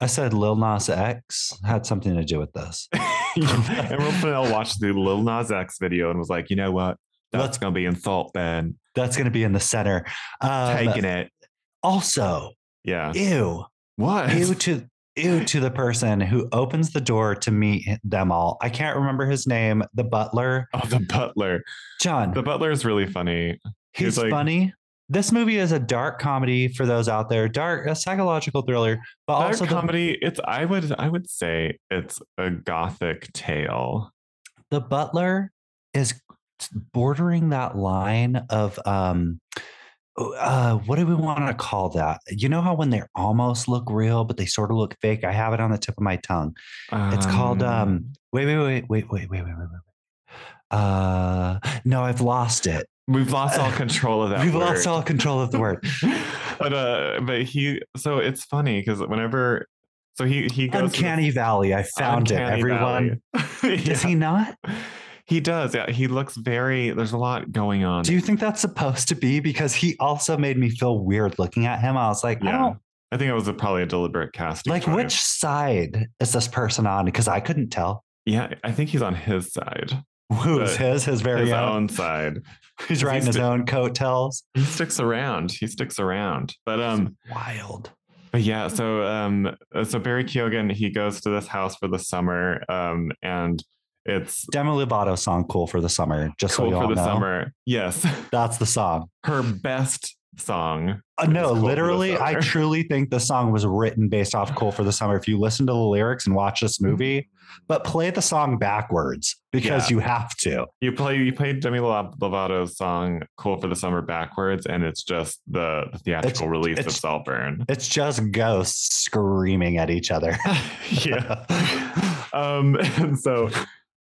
B: I said Lil Nas X had something to do with this.
A: and Will Ferrell watched the Lil Nas X video and was like, you know what, that's
B: Let's-
A: gonna be in Salt Burn,
B: That's going to be in the center. Um,
A: taking it.
B: Also,
A: Yeah,
B: ew,
A: what?
B: ew to ew to the person who opens the door to meet them all. I can't remember his name. The butler,
A: Oh, the butler.
B: John.
A: The butler is really funny.
B: he's
A: he's like-
B: funny. This movie is a dark comedy for those out there. Dark, a psychological thriller, but
A: Dark
B: also the-
A: comedy. It's I would I would say it's a gothic tale.
B: the butler is bordering that line of um uh what do we want to call that you know how when they almost look real but they sort of look fake i have it on the tip of my tongue it's called um wait wait wait wait wait wait wait wait wait wait. uh no i've lost it
A: We've lost all control of that.
B: we've
A: word.
B: lost all control of the word
A: but uh but he so it's funny because whenever so he he goes to the
B: uncanny valley i found it
A: Uncanny
B: everyone
A: Valley.
B: does
A: Yeah.
B: he not
A: he does yeah he looks very there's a lot going on
B: do you think that's supposed to be because he also made me feel weird looking at him i was like i
A: Yeah.
B: don't
A: i think it was a, probably a deliberate casting
B: like
A: choice.
B: which side is this person on because i couldn't tell
A: yeah i think he's on his side
B: who's
A: The-
B: his his very
A: his
B: own.
A: own side
B: he's riding
A: he's
B: his
A: the-
B: own coattails
A: he sticks around he sticks around but um
B: wild
A: But yeah, so um, uh, so Barry Keoghan he goes to this house for the summer, um, and it's
B: demi lovato song cool for the summer just
A: cool
B: so you
A: for
B: all
A: the
B: know
A: summer. Yes,
B: that's the song
A: her best song.
B: Uh,
A: It
B: no
A: is Cool for the
B: literally i
A: Summer.
B: truly think the song was written based off cool for the summer if you listen to the lyrics and watch
A: Mm-hmm.
B: this movie but play the song backwards because you have to
A: You play you play Demi Lo- Lovato's song "Cool for the Summer" backwards, and it's just the theatrical release of
B: it's-
A: Saltburn.
B: it's just ghosts screaming at each other
A: yeah. um, and so,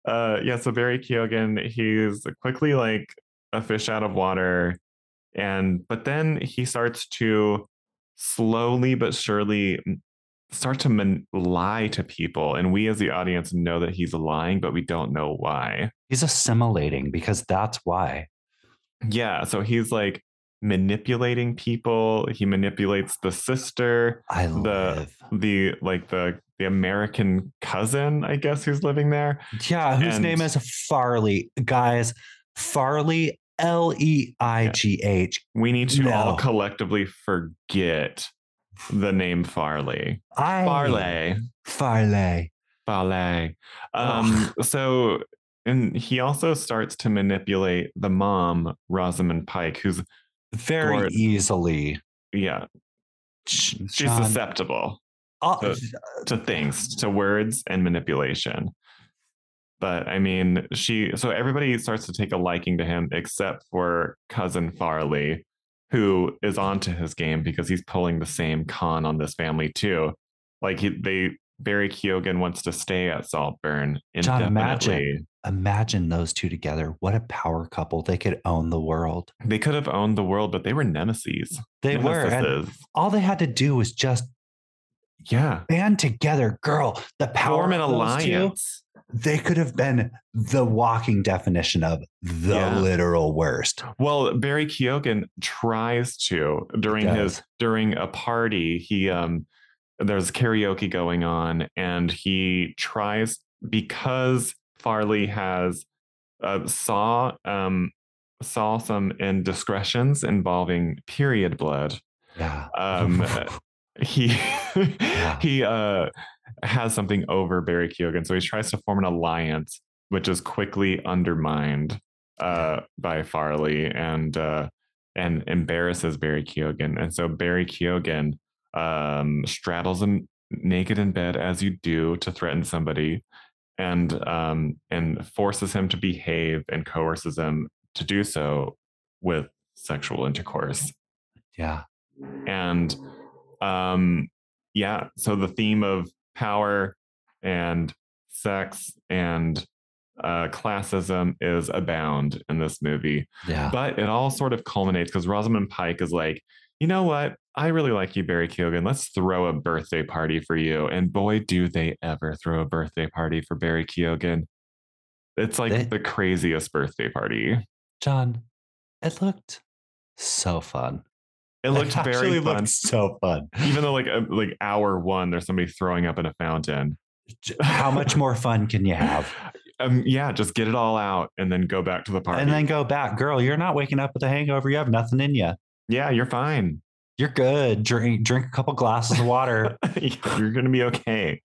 A: uh, yeah, so Barry Keoghan, he's quickly like a fish out of water. And, but then he starts to slowly but surely m- start to man- lie to people. And we as the audience know that he's lying, but we don't know why.
B: he's assimilating because that's why
A: Yeah. So he's like manipulating people. He manipulates the sister,
B: I live.
A: the like the the American cousin, I guess, who's living there.
B: yeah, whose
A: and-
B: name is Farley, guys. Farley, L E I G H.
A: We need to all
B: No.
A: collectively forget the name Farley.
B: I
A: Farley.
B: Farley.
A: ballet. Um, so, and he also starts to manipulate the mom, Rosamund Pike, who's,
B: Very
A: Lord.
B: easily.
A: yeah,
B: Sh-
A: she's
B: Sean,
A: susceptible
B: uh,
A: to- to things, to words and manipulation. But I mean, she, so everybody starts to take a liking to him except for cousin Farley, who is onto his game because he's pulling the same con on this family too. Like, he, they, Barry Keoghan wants to stay at Saltburn
B: John,
A: indefinitely.
B: imagine. imagine those two together. What a power couple. They could own the world.
A: They could have owned the world, but they were nemesis.
B: They were. And
A: Nemesises.
B: all they had to do was just
A: yeah.
B: band together. Girl, the power
A: Form an
B: of those two,
A: alliance.
B: they could have been the walking definition of the
A: Yeah.
B: literal worst.
A: Well, Barry Keoghan tries to during his
B: Does.
A: during a party. He um there's karaoke going on, and he tries because Farley has uh, saw um saw some indiscretions involving period blood.
B: Yeah.
A: Um, he he uh has something over Barry Keoghan, so he tries to form an alliance, which is quickly undermined uh by Farley and uh and embarrasses Barry Keoghan. And so Barry Keoghan um straddles him naked in bed as you do to threaten somebody and um and forces him to behave and coerces him to do so with sexual intercourse
B: yeah.
A: and um yeah so the theme of power and sex and uh classism is abound in this movie
B: Yeah.
A: but it all sort of culminates because rosamund pike is like you know what i really like you barry keoghan let's throw a birthday party for you and boy do they ever throw a birthday party for barry keoghan it's like
B: They-
A: the craziest birthday party
B: John, it looked so fun.
A: it looked very
B: actually
A: fun
B: looked so fun.
A: even though like uh, like hour one there's somebody throwing up in a fountain
B: J- How much more fun can you have?
A: um yeah just get it all out and then go back to the party
B: And then go back. Girl, you're not waking up with a hangover. You have nothing in you.
A: yeah you're fine
B: You're good. Drink drink a couple glasses of water.
A: you're gonna be okay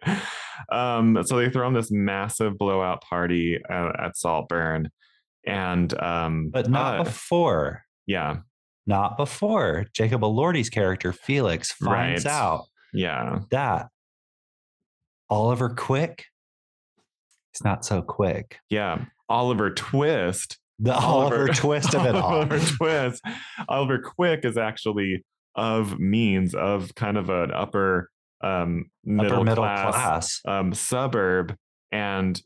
A: um so they throw on this massive blowout party uh, at saltburn and um
B: But not
A: uh,
B: before.
A: yeah
B: Not before Jacob Elordi's character, Felix, finds
A: Right.
B: out
A: yeah
B: that Oliver Quick, he's not so quick.
A: yeah oliver twist
B: The Oliver,
A: Oliver-
B: twist of it all.
A: Oliver Twist. Oliver Quick is actually of means of kind of an upper um middle,
B: Upper middle
A: class,
B: class.
A: um suburb and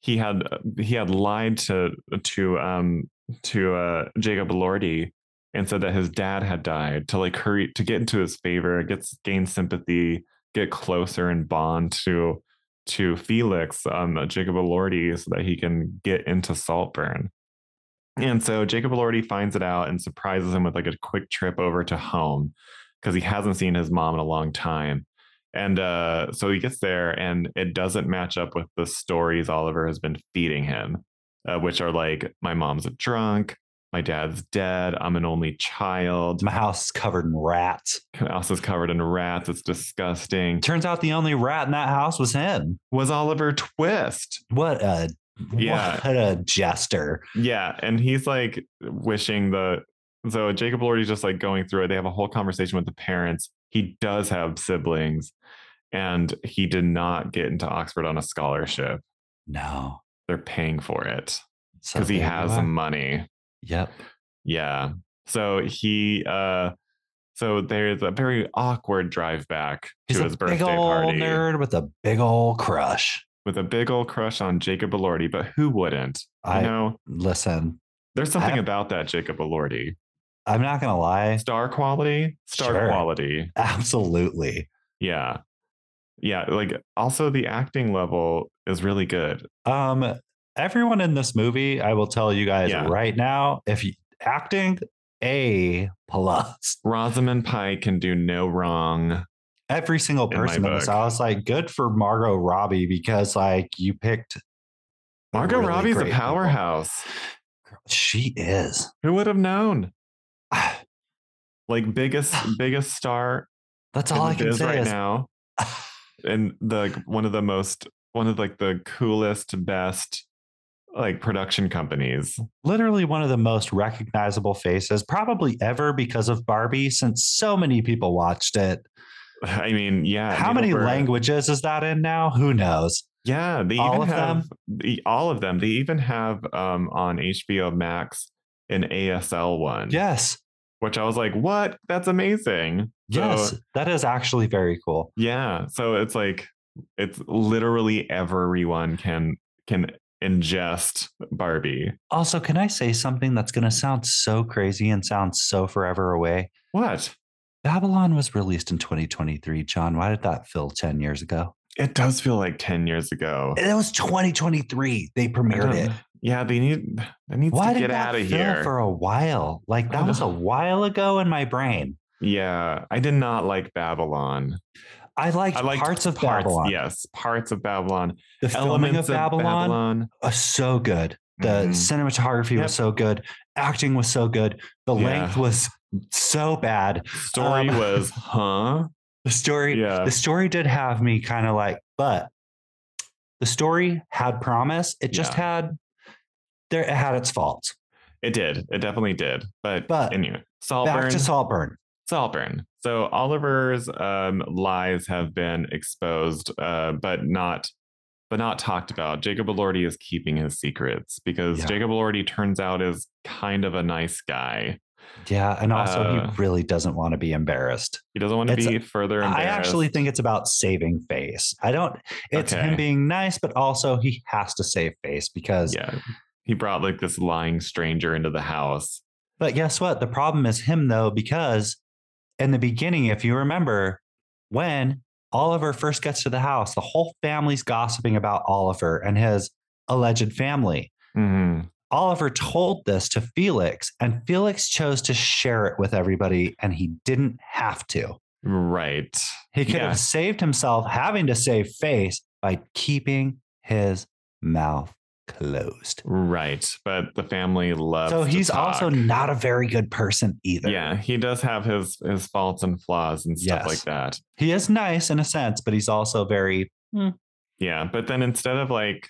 A: he had uh, he had lied to to um to uh Jacob Lordy and said that his dad had died to like hurry to get into his favor, gets gain sympathy, get closer and bond to to Felix, um, Jacob Elordi, so that he can get into Saltburn. And so Jacob Elordi finds it out and surprises him with like a quick trip over to home because he hasn't seen his mom in a long time. And uh, so he gets there and it doesn't match up with the stories Oliver has been feeding him, uh, which are like, my mom's a drunk, my dad's dead, I'm an only child,
B: My house is covered in rats.
A: my house is covered in rats, it's disgusting.
B: Turns out the only rat in that house was him.
A: Was Oliver Twist?
B: What a
A: Yeah.
B: what a jester.
A: Yeah, and he's like wishing the so Jacob Lordy's just like going through it. They have a whole conversation with the parents. He does have siblings, and he did not get into Oxford on a scholarship.
B: No.
A: They're paying for it
B: So
A: because he
B: there you
A: has
B: are.
A: some money.
B: Yep.
A: Yeah. So he uh so there's a very awkward drive back
B: He's
A: to
B: a
A: his birthday
B: big old
A: party
B: nerd with a big old crush.
A: with a big old crush on Jacob Elordi, but who wouldn't?
B: I-
A: you know,
B: Listen,
A: there's something
B: have-
A: about that Jacob Elordi.
B: I'm not gonna lie.
A: Star quality, star
B: Sure.
A: quality.
B: Absolutely.
A: Yeah. Yeah. Like also the acting level is really good.
B: Um, everyone in this movie, I will tell you guys
A: Yeah.
B: right now, if you acting, A plus.
A: Rosamund Pike can do no wrong.
B: Every single
A: In my
B: person in this,
A: book.
B: I was like, good for Margot Robbie because like you picked a
A: Margot
B: really
A: Robbie's
B: great
A: a
B: people.
A: powerhouse.
B: Girl, She is.
A: Who would have known? Like biggest biggest star
B: That's all
A: in
B: I
A: the
B: can
A: biz
B: say
A: right
B: is
A: now, and the one of the most one of like the coolest best like production companies.
B: literally one of the most recognizable faces probably ever because of Barbie since so many people watched it.
A: I mean, yeah.
B: How
A: Nina
B: many
A: Burr-
B: languages is that in now? Who knows?
A: Yeah, they
B: All
A: even
B: of them?
A: have The, all of them. They even have um on HBO Max an ASL one.
B: Yes.
A: which I was like, what? That's amazing.
B: Yes. that is actually very cool.
A: Yeah. So it's like it's literally everyone can can ingest Barbie.
B: Also, can I say something that's going to sound so crazy and sound so forever away?
A: What?
B: Babylon was released in 2023, John. Why did that feel 10 years ago?
A: It does feel like 10 years ago.
B: It was 2023. They
A: I don't-
B: premiered it.
A: Yeah, they need they need to
B: Why did
A: get
B: that
A: out of
B: feel
A: here.
B: for a while? Like
A: I
B: that was a
A: know.
B: while ago in my brain.
A: yeah. I did not like Babylon.
B: I liked,
A: I liked
B: parts of Babylon.
A: Yes, parts of Babylon.
B: The filming
A: Elements
B: of Babylon, Mm-hmm.
A: Babylon.
B: was so good. The
A: Mhm.
B: cinematography
A: Yep.
B: was so good. Acting was so good. The
A: Yeah.
B: length was so bad.
A: Story
B: um,
A: was, huh?
B: The story,
A: Yeah.
B: the story did have me kind of like, but the story had promise. It just
A: Yeah.
B: had there it had its faults.
A: It did. It definitely did. But,
B: But
A: anyway,
B: Back
A: Saltburn.
B: to Saltburn.
A: Salburn. So Oliver's um, lies have been exposed, uh, but not but not talked about. Jacob Elordi is keeping his secrets because
B: Yeah.
A: Jacob Elordi turns out is kind of a nice guy.
B: Yeah. And also
A: Uh,
B: he really doesn't want to be embarrassed.
A: He doesn't want to
B: It's-
A: be further embarrassed.
B: I actually think it's about saving face. I don't it's
A: Okay.
B: him being nice, but also he has to save face because
A: yeah. He brought like this lying stranger into the house.
B: But guess what? The problem is him though, because in the beginning, if you remember, when Oliver first gets to the house, the whole family's gossiping about Oliver and his alleged family. Mm-hmm.
A: Mhm.
B: Oliver told this to Felix, and Felix chose to share it with everybody, and he didn't have to.
A: Right.
B: He could
A: Yeah.
B: have saved himself having to save face by keeping his mouth closed.
A: Right. But the family loves
B: so
A: to
B: he's also
A: talk.
B: not a very good person either.
A: Yeah, he does have his his faults and flaws and stuff
B: Yes.
A: like that.
B: he is nice in a sense, but he's also very
A: Yeah, but then instead of like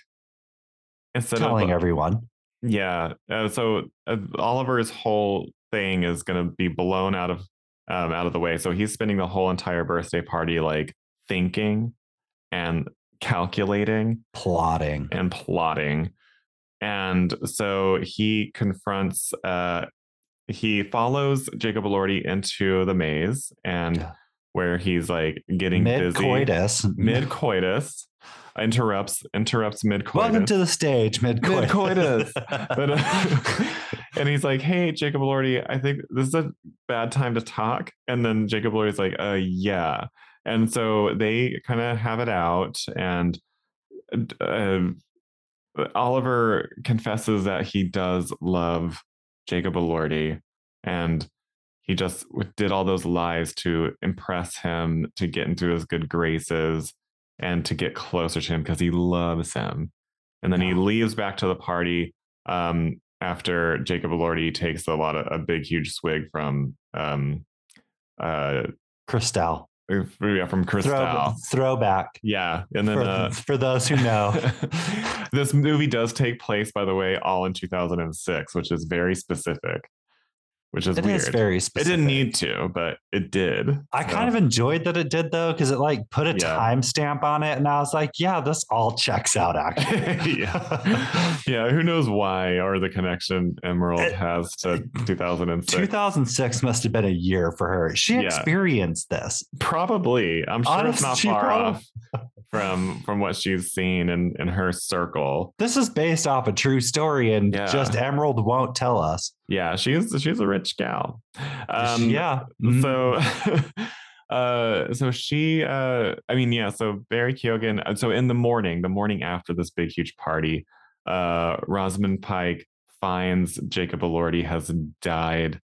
A: instead
B: telling
A: of
B: everyone.
A: yeah, uh, so uh, Oliver's whole thing is going to be blown out of um, out of the way. So he's spending the whole entire birthday party like thinking and calculating
B: Plotting.
A: and plotting. And so he confronts uh he follows Jacob Elordi into the maze and
B: Yeah.
A: where he's like getting
B: Mid
A: busy
B: coitus.
A: mid coitus interrupts interrupts mid
B: Welcome
A: coitus
B: to the stage, mid coitus.
A: Mid-coitus. uh, and he's like hey jacob lordy i think this is a bad time to talk and then jacob lordy's like uh yeah and so they kind of have it out and uh, oliver confesses that he does love jacob lordy and he just did all those lies to impress him to get into his good graces and to get closer to him because he loves him and then he leaves back to the party um, after Jacob Elordi takes a lot of a big huge swig from um, uh,
B: Christelle.
A: yeah, from Cristal.
B: Throw, throwback.
A: Yeah, and then
B: for,
A: uh,
B: for those who know. Oh.
A: this movie does take place, by the way, all in 2006, which is very specific, which is
B: It
A: weird.
B: is very
A: it
B: specific.
A: didn't need to, but it did.
B: I kind of enjoyed that it did though, because it like put a
A: Yeah.
B: timestamp on it, and I was like, "Yeah, this all checks out." Actually,
A: yeah. yeah, who knows why or the connection Emerald
B: It-
A: has to 2006.
B: 2006 must have been a year for her. She
A: Yeah.
B: experienced this.
A: Probably. I'm sure
B: Honest-
A: it's
B: she
A: not far
B: probably-
A: off from from what she's seen in in her circle.
B: This is based off a true story, and
A: Yeah.
B: just Emerald won't tell us.
A: Yeah, she's she's a rich gal. Um
B: yeah. Mhm.
A: so uh so she uh I mean yeah, so Barry Keoghan uh, so in the morning, the morning after this big huge party, uh Rosamund Pike finds Jacob Elordi has died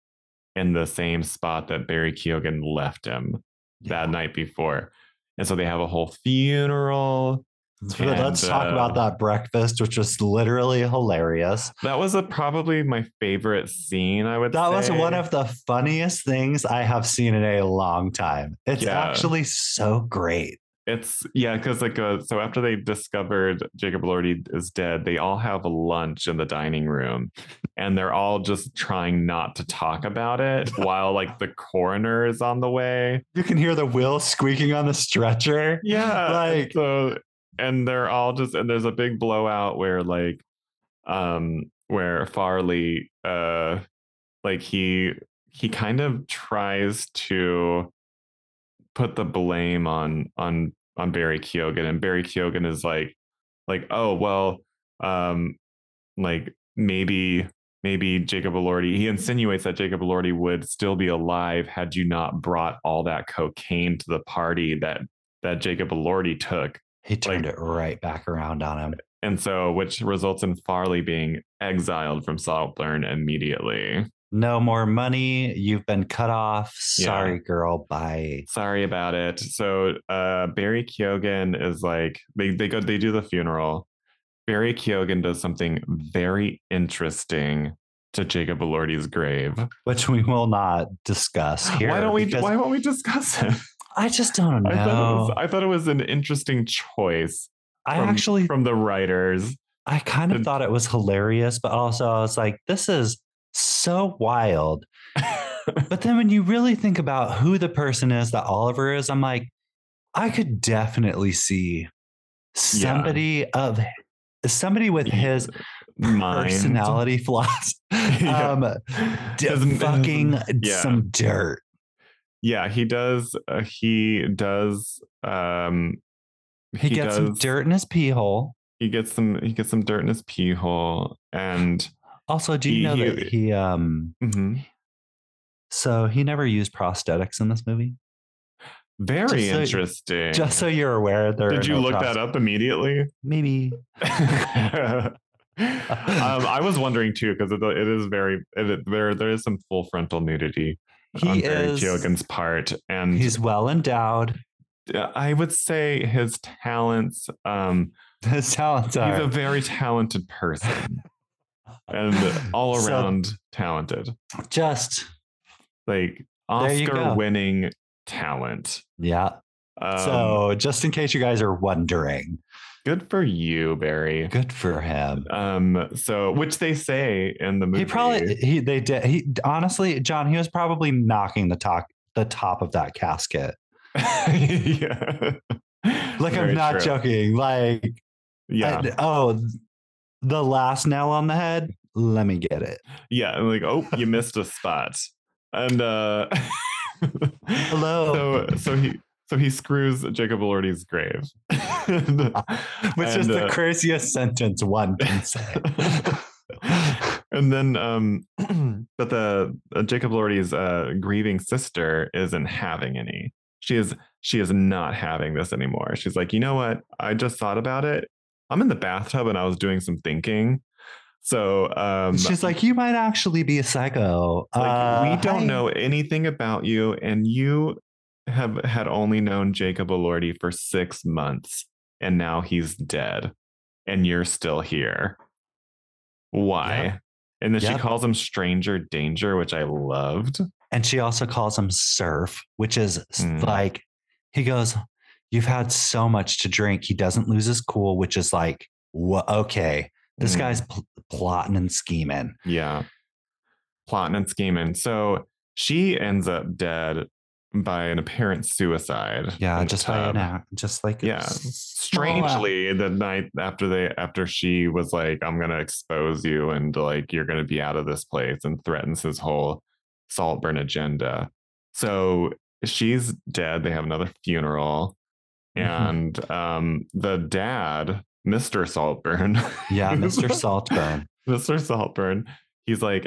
A: in the same spot that Barry Keoghan left him that night before. And so they have a whole funeral.
B: So Mm-hmm. Let's
A: And,
B: talk
A: uh,
B: about that breakfast, which was literally hilarious.
A: That was a, probably my favorite scene, I would
B: That was
A: say.
B: one of the funniest things I have seen in a long time. It's
A: Yeah.
B: actually so great.
A: It's yeah, because like uh, so after they discovered Jacob Lordy is dead, they all have a lunch in the dining room, and they're all just trying not to talk about it while like the coroner is on the way.
B: You can hear the wheel squeaking on the stretcher.
A: Yeah,
B: Like-
A: so, and they're all just and there's a big blowout where like, um, where Farley, uh, like he he kind of tries to put the blame on on on Barry Keoghan and Barry Keoghan is like like oh well um like maybe maybe Jacob Elordi he insinuates that Jacob Elordi would still be alive had you not brought all that cocaine to the party that that Jacob Elordi took
B: He turned it right back around on him.
A: and so which results in Farley being exiled from Saltburn immediately
B: No more money. You've been cut off.
A: Yeah.
B: Sorry, girl. Bye.
A: sorry about it. So uh Barry Keoghan is like they they go they do the funeral. Barry Keoghan does something very interesting to Jacob Elordi's grave.
B: Which we will not discuss here.
A: why don't we
B: because
A: why won't we discuss it?
B: I just don't know.
A: I
B: I,
A: thought it was I thought it was an interesting choice from-
B: actually
A: from the writers.
B: I kind of
A: And-
B: thought it was hilarious, but also I was like, this is so wild. but then when you really think about who the person is that Oliver is, I'm like, I could definitely see somebody of somebody with his
A: Mind.
B: personality flaws.
A: Yeah.
B: Um d-
A: His- his-
B: fucking
A: yeah.
B: some dirt.
A: yeah, he does uh, he does um
B: He, gets some
A: does-
B: dirt in his pee hole.
A: He gets some he gets some dirt in his pee hole and
B: Also, do you
A: He-
B: know
A: he-
B: that he um
A: mhm.
B: so he never used prosthetics in this movie?
A: Very
B: Just so-
A: interesting.
B: Just so you're aware, there
A: Did
B: are
A: you
B: no
A: look
B: prosthetics.
A: that up immediately?
B: Maybe.
A: um, I was wondering too because it, it is very it, it- there there is some full frontal nudity on
B: He
A: Barry
B: is.
A: Keoghan's part, and
B: He's well endowed.
A: I would say his talents. Um,
B: His talents
A: he's a
B: are.
A: very talented person and all
B: So-
A: around talented,
B: Just
A: like
B: There you go.
A: Oscar winning talent.
B: yeah.
A: Um,
B: so, just in case you guys are wondering,
A: good for you, Barry.
B: good for him.
A: Um, so which they say in the movie.
B: He probably he they did he honestly John he was probably knocking the top the top of that casket.
A: yeah.
B: Like I'm
A: Very
B: not
A: true.
B: joking. Like
A: Yeah.
B: I- oh, the last nail on the head. Let me get it.
A: yeah. And like, oh, you missed a spot. And uh
B: Hello.
A: So so he so he screws Jacob Elordi's grave. And-
B: Which is
A: and,
B: the
A: uh,
B: craziest sentence one can say.
A: and then um but the uh, Jacob Lordy's uh grieving sister isn't having any. She is she is not having this anymore. She's like, "You know what? I just thought about it. I'm in the bathtub and I was doing some thinking." So, um
B: She's like, you might actually be a psycho.
A: like
B: Uh,
A: we don't
B: hi.
A: know anything about you and you have had only known Jacob Elordi for 6 months and now he's dead and you're still here. Why?
B: Yep.
A: And then she
B: Yep.
A: calls him stranger danger which I loved.
B: And she also calls him surf, which is s-
A: Mm.
B: like, he goes, You've had so much to drink. He doesn't lose his cool, which is like, wha- okay, this
A: Mm,
B: guy's pl- plotting and scheming.
A: yeah. Plotting and scheming. So she ends up dead by an apparent suicide.
B: Yeah,
A: in the
B: just by an
A: tub.
B: act, just like, a
A: Yeah.
B: s- small act.
A: strangely the night after they after she was like i'm gonna expose you and like you're gonna be out of this place and threatens his whole saltburn agenda so she's dead they have another funeral
B: Mhm.
A: and um the dad mr saltburn
B: Yeah, Mr. Saltburn.
A: mr saltburn he's like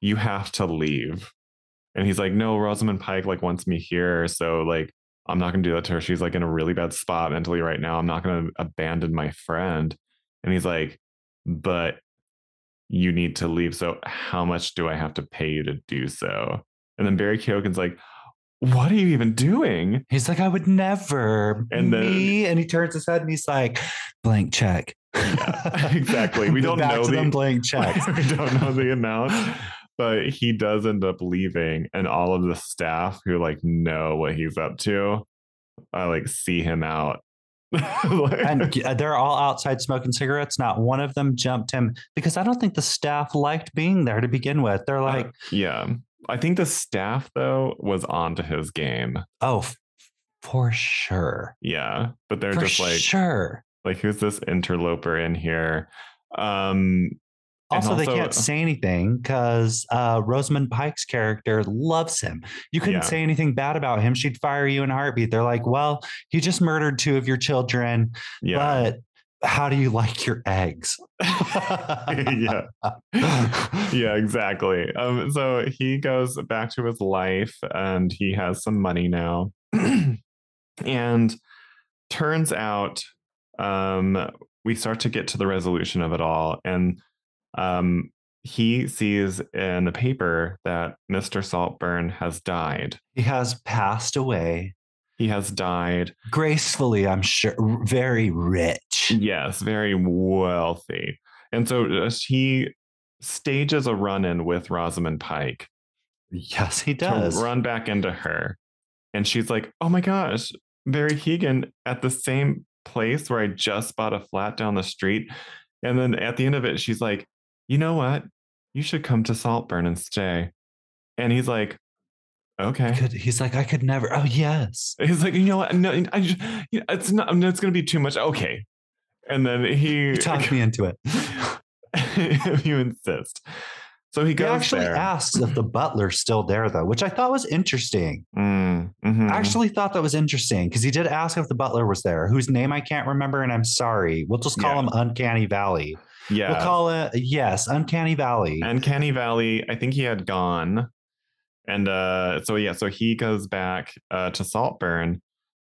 A: you have to leave and he's like no rosamund pike like wants me here so like i'm not gonna do that to her she's like in a really bad spot mentally right now i'm not gonna abandon my friend and he's like but you need to leave. So how much do I have to pay you to do so? And then Barry Keoghan's like, what are you even doing?
B: He's like, I would never.
A: And
B: And
A: then-
B: me, and he turns his head and he's like, blank check.
A: exactly. We
B: The
A: don't
B: back
A: know
B: to
A: the-
B: them blank checks.
A: we don't know the amount. But he does end up leaving, and all of the staff who like know what he's up to, I like see him out. Like-
B: and g- uh, they're all outside smoking cigarettes. Not one of them jumped him because I don't think the staff liked being there to begin with. They're
A: Uh-huh.
B: like,
A: yeah, I think the staff though was onto his game.
B: oh, f- for sure.
A: Yeah, but they're
B: For
A: just like,
B: sure.
A: like who's this interloper in here? Um, and
B: Also, they
A: also- uh,
B: can't say anything because uh, Rosamund Pike's character loves him. You
A: Yeah.
B: couldn't say anything bad about him. She'd fire you in a heartbeat. They're like, well, he just murdered two of your children,
A: yeah,
B: but how do you like your eggs?
A: yeah. yeah, exactly. Um, so he goes back to his life and he has some money now. and turns out um, we start to get to the resolution of it all. And um, he sees in the paper that Mr. Saltburn has died.
B: He has passed away
A: He has died.
B: gracefully, I'm sure, very rich.
A: Yes, very wealthy. And so uh, he stages a run in with Rosamund Pike.
B: Yes, he
A: to
B: does.
A: run back into her. And she's like, oh my gosh, Barry Keegan at the same place where I just bought a flat down the street. And then at the end of it, she's like, you know what? You should come to Saltburn and stay. And he's like,
B: I
A: okay.
B: could- he's like, I could never. Oh, yes.
A: He's like, you know what? No, I just, you know, it's not, no, it's going to be too much. Okay. And then he,
B: He talked me into it.
A: if you insist. So he
B: He
A: goes
B: actually
A: there.
B: asks if the butler's still there, though, which I thought was interesting.
A: Mm, mhm.
B: I actually thought that was interesting because he did ask if the butler was there, whose name I can't remember, and I'm sorry. We'll just call
A: Yeah.
B: him Uncanny Valley.
A: yeah.
B: We'll call it yes, Uncanny Valley.
A: and Canny Valley, I think he had gone. And uh, so, yeah, so he goes back uh, to Saltburn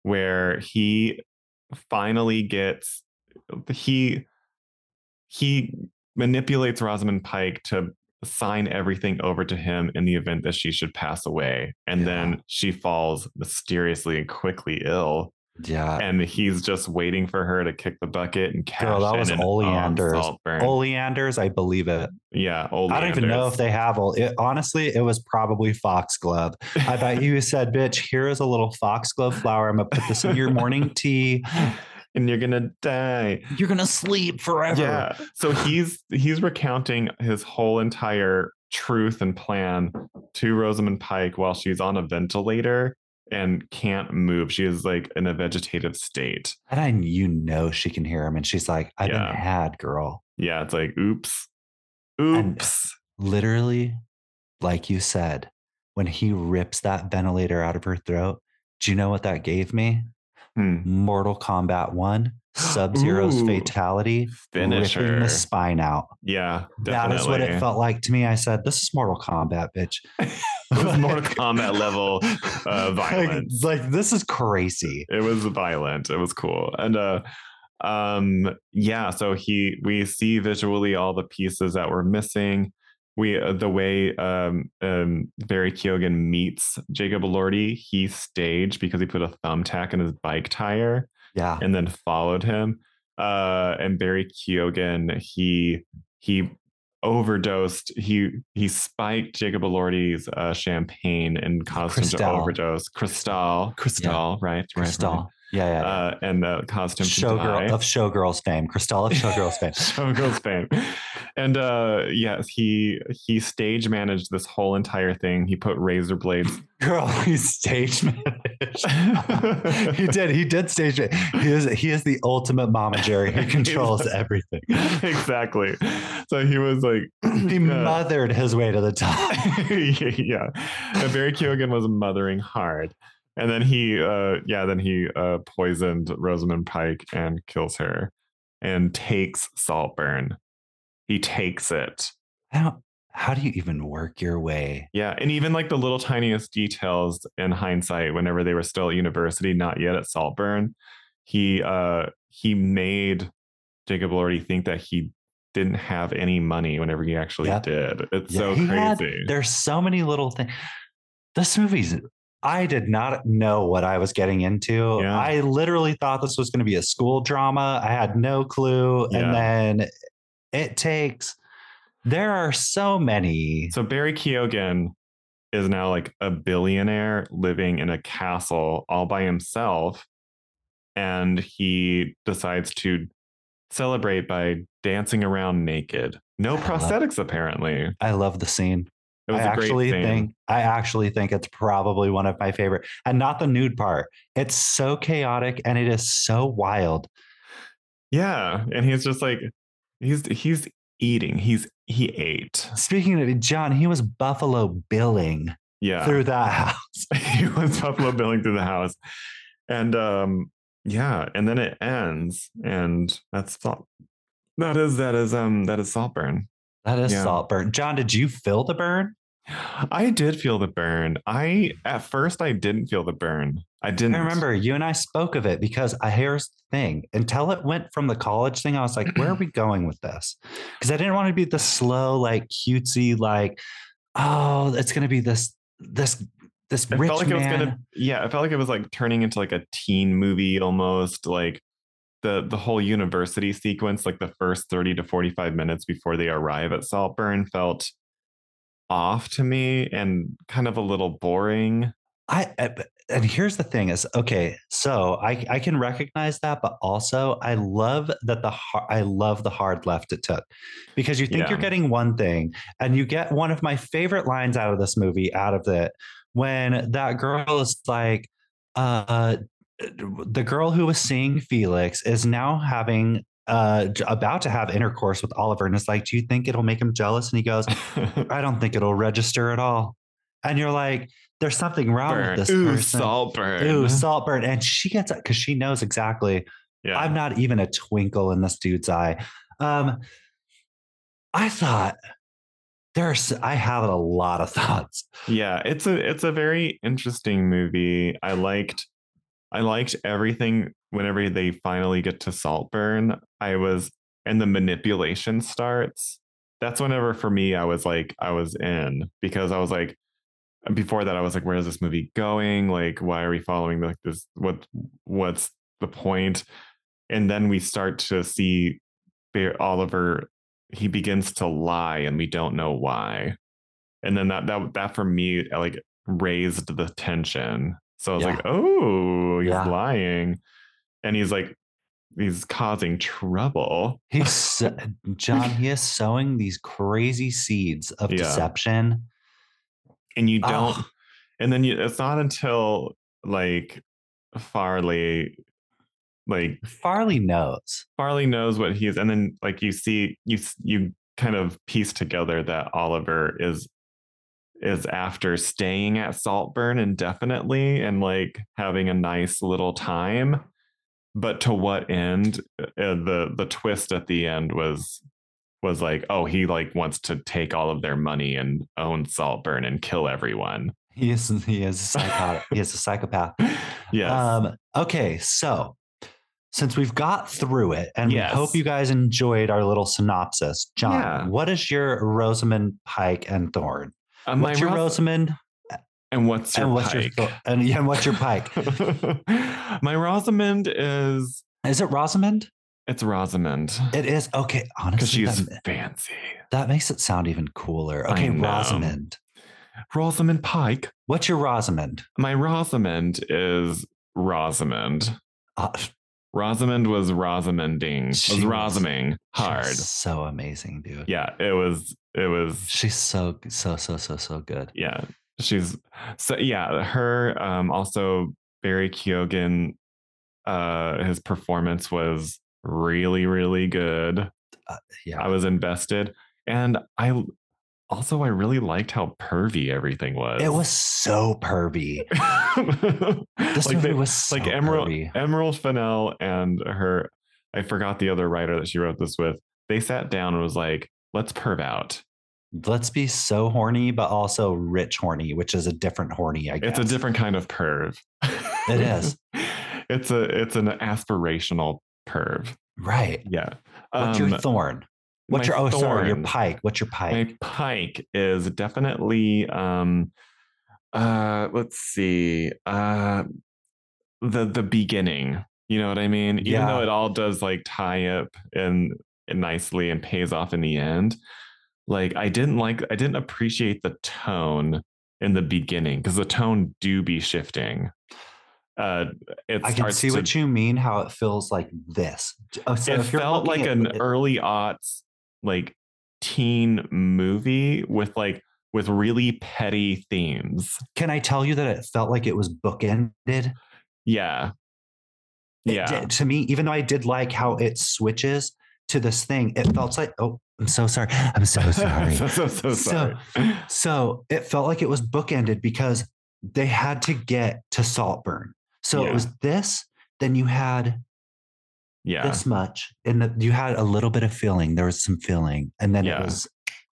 A: where he finally gets, he, he manipulates Rosamund Pike to sign everything over to him in the event that she should pass away. And
B: Yeah.
A: then she falls mysteriously and quickly ill.
B: yeah,
A: And he's just waiting for her to kick the bucket and cash
B: Girl, that was
A: in on
B: Oleander's-
A: Saltburn.
B: Oleanders, I believe it.
A: yeah,
B: I don't even know
A: Oleander's.
B: if they have. Ole- It, honestly, it was probably foxglove. I bet you said, "Bitch, here is a little foxglove flower. I'm gonna put this in your morning tea.
A: and you're gonna die
B: You're gonna sleep forever."
A: yeah so he's he's recounting his whole entire truth and plan to rosamund pike while she's on a ventilator and can't move she is like in a vegetative state
B: and I, you know, she can hear him, and she's like, "I've
A: Yeah.
B: been had, girl.
A: yeah it's like oops
B: And-
A: oops
B: Literally, like you said, when he rips that ventilator out of her throat, do you know what that gave me?
A: Hmm.
B: Mortal Kombat One, Sub Zero's
A: Ooh.
B: fatality,
A: finish
B: ripping
A: her
B: the spine out.
A: yeah
B: That
A: definitely
B: is what it felt like to me. I said, "This is Mortal Kombat, bitch."
A: It was Mortal Kombat level, uh, violence.
B: Like, like, this is crazy.
A: it was violent it was cool and uh um yeah so he we see visually all the pieces that were missing we uh, the way um um barry keoghan meets jacob lordy he staged because he put a thumbtack in his bike tire
B: Yeah.
A: and then followed him uh and barry keoghan he he overdosed he he spiked jacob Elordi's uh champagne and caused him
B: Cristal.
A: to overdose crystal crystal right, right right
B: Crystal. Yeah, yeah. yeah.
A: uh, and uh, costume
B: Showgirl of Showgirls fame. Crystal of Showgirls fame.
A: Showgirls fame, and uh, yes, he he stage managed this whole entire thing. He put razor blades.
B: Girl, he's stage managed. he did. He did stage it. He is he is the ultimate mama Jerry who
A: He
B: controls
A: was.
B: everything.
A: exactly. So he was like,
B: He
A: uh,
B: mothered his way to the top.
A: yeah. And Barry Keoghan was mothering hard. And then he, uh, yeah, then he uh, poisoned Rosamund Pike and kills her and takes Saltburn. He takes it.
B: How how do you even work your way?
A: Yeah. And even like the little tiniest details in hindsight, whenever they were still at university, not yet at Saltburn, he, uh, he made Jacob Lordy think that he didn't have any money whenever he actually
B: Yep.
A: did. It's
B: Yeah,
A: so
B: he
A: crazy.
B: had- there's so many little things. This movie's. I did not know what I was getting into.
A: Yeah.
B: I literally thought this was going to be a school drama. I had no clue.
A: Yeah.
B: And then it takes. There are so many.
A: So Barry Keoghan is now like a billionaire living in a castle all by himself. And he decides to celebrate by dancing around naked. No
B: I love-
A: prosthetics, apparently. It
B: I love the scene.
A: was
B: I
A: a
B: actually
A: great thing.
B: think I actually think it's probably one of my favorite, and not the nude part. It's so chaotic and it is so wild.
A: Yeah. And he's just like, he's he's eating. He's he ate.
B: Speaking of John, he was Buffalo billing
A: Yeah.
B: through that house.
A: he was Buffalo Billing through the house. And um yeah, and then it ends. And that's salt. That is that is um that is Saltburn.
B: That is
A: Yeah.
B: salt burn. John, did you feel the burn?
A: I did feel the burn. I at first I didn't feel the burn. I didn't
B: I remember you and I spoke of it because I here's the thing. Until it went from the college thing, I was like, where are we going with this? Because I didn't want to be the slow, like cutesy, like, oh, it's gonna be this this this
A: It
B: rich
A: felt like
B: man.
A: it was gonna yeah, it felt like it was like turning into like a teen movie almost like the the whole university sequence, like the first 30 to 45 minutes before they arrive at Saltburn felt off to me and kind of a little boring.
B: I I- but- and here's the thing is okay, so I I can recognize that, but also I love that the har- I love the hard left it took because you think
A: Yeah.
B: you're getting one thing and you get one of my favorite lines out of this movie out of it when that girl is like, uh, the girl who was seeing Felix is now having. Uh, j- about to have intercourse with Oliver, and it's like, do you think it'll make him jealous? And he goes, I don't think it'll register at all. And you're like, there's something wrong
A: Burn.
B: with this
A: Ooh,
B: person.
A: Saltburn.
B: Ooh, Saltburn. And she gets because she knows exactly.
A: yeah.
B: I'm not even a twinkle in this dude's eye. Um, I thought there's I have a lot of thoughts.
A: yeah, it's a it's a very interesting movie. I liked I liked everything whenever they finally get to Saltburn. I was and the manipulation starts. That's whenever for me I was like I was in because I was like before that I was like where is this movie going? Like why are we following like this what what's the point? And then we start to see Bear- Oliver he begins to lie and we don't know why and then that that that for me like raised the tension. So I was
B: Yeah.
A: like, oh, he's
B: Yeah.
A: lying, and he's like, he's causing trouble.
B: He's so- John, he is sowing these crazy seeds of
A: Yeah.
B: deception.
A: and you don't
B: Ugh.
A: and then you, it's not until like farley like
B: Farley knows.
A: farley knows what he's and then like you see you s- you kind of piece together that oliver is is after staying at saltburn indefinitely and like having a nice little time but to what end uh, the the twist at the end was was like oh he like wants to take all of their money and own saltburn and kill everyone
B: He is he is psychotic. he is a psychopath.
A: yes.
B: Um, okay, so since we've got through it, and
A: Yes.
B: we hope you guys enjoyed our little synopsis, John,
A: Yeah.
B: what is your Rosamund Pike and Thorn?
A: Uh, my
B: What's your
A: Ros-
B: Rosamund
A: and what's your
B: and what's
A: pike?
B: your Thor- and, yeah, and what's your Pike?
A: my Rosamond is
B: Is it Rosamund?
A: it's Rosamond
B: It is okay.
A: because
B: Honestly,
A: she's
B: that,
A: fancy.
B: that makes it sound even cooler.
A: I
B: Okay,
A: know.
B: Rosamund.
A: Rosamond Pike.
B: What's your Rosamund?
A: My Rosamond is Rosamond.
B: Uh,
A: Rosamond was Rosamonding.
B: She
A: Was
B: was-
A: Rosaming hard.
B: She's so amazing, dude.
A: Yeah, it was. It was.
B: She's so so so so so good.
A: Yeah, she's. So yeah, her. Um. Also, Barry Keoghan. Uh, his performance was really, really good.
B: Uh, Yeah.
A: I was invested, and I also I really liked how pervy everything was.
B: It was so pervy. This
A: like,
B: movie
A: they-
B: was so
A: like Emerald
B: pervy.
A: Emerald Fennell and her. I forgot the other writer that she wrote this with. They sat down and was like, "Let's perv out."
B: Let's be so horny, but also rich horny, which is a different horny. I guess
A: It's a different kind of perv.
B: It is.
A: It's a it's an aspirational perv.
B: right.
A: Yeah.
B: What's
A: Um,
B: your thorn? What's
A: my
B: your oh sorry, your
A: thorn-
B: pike? What's your pike?
A: My pike is definitely um uh let's see. Uh the the beginning. You know what I mean? Even though
B: Yeah.
A: it all does like tie up and and nicely and pays off in the end. Like I didn't like I didn't appreciate the tone in the beginning because the tone do be shifting. Uh it
B: I can
A: starts
B: see
A: to
B: what you mean. How it feels like this. Oh, so
A: it
B: if you're
A: felt
B: looking
A: like
B: at
A: an
B: it-
A: early aughts like teen movie with like with really petty themes
B: Can I tell you that it felt like it was bookended?
A: yeah
B: It
A: yeah
B: did- to me, even though I did like how it switches to this thing, it felt like oh, I'm so sorry. I'm so sorry.
A: so, so, so
B: So-
A: sorry
B: So it felt like it was bookended because they had to get to Saltburn. So
A: Yeah.
B: it was this, then you had
A: yeah
B: this much, and the, you had a little bit of filling. There was some filling, and then
A: Yeah.
B: it was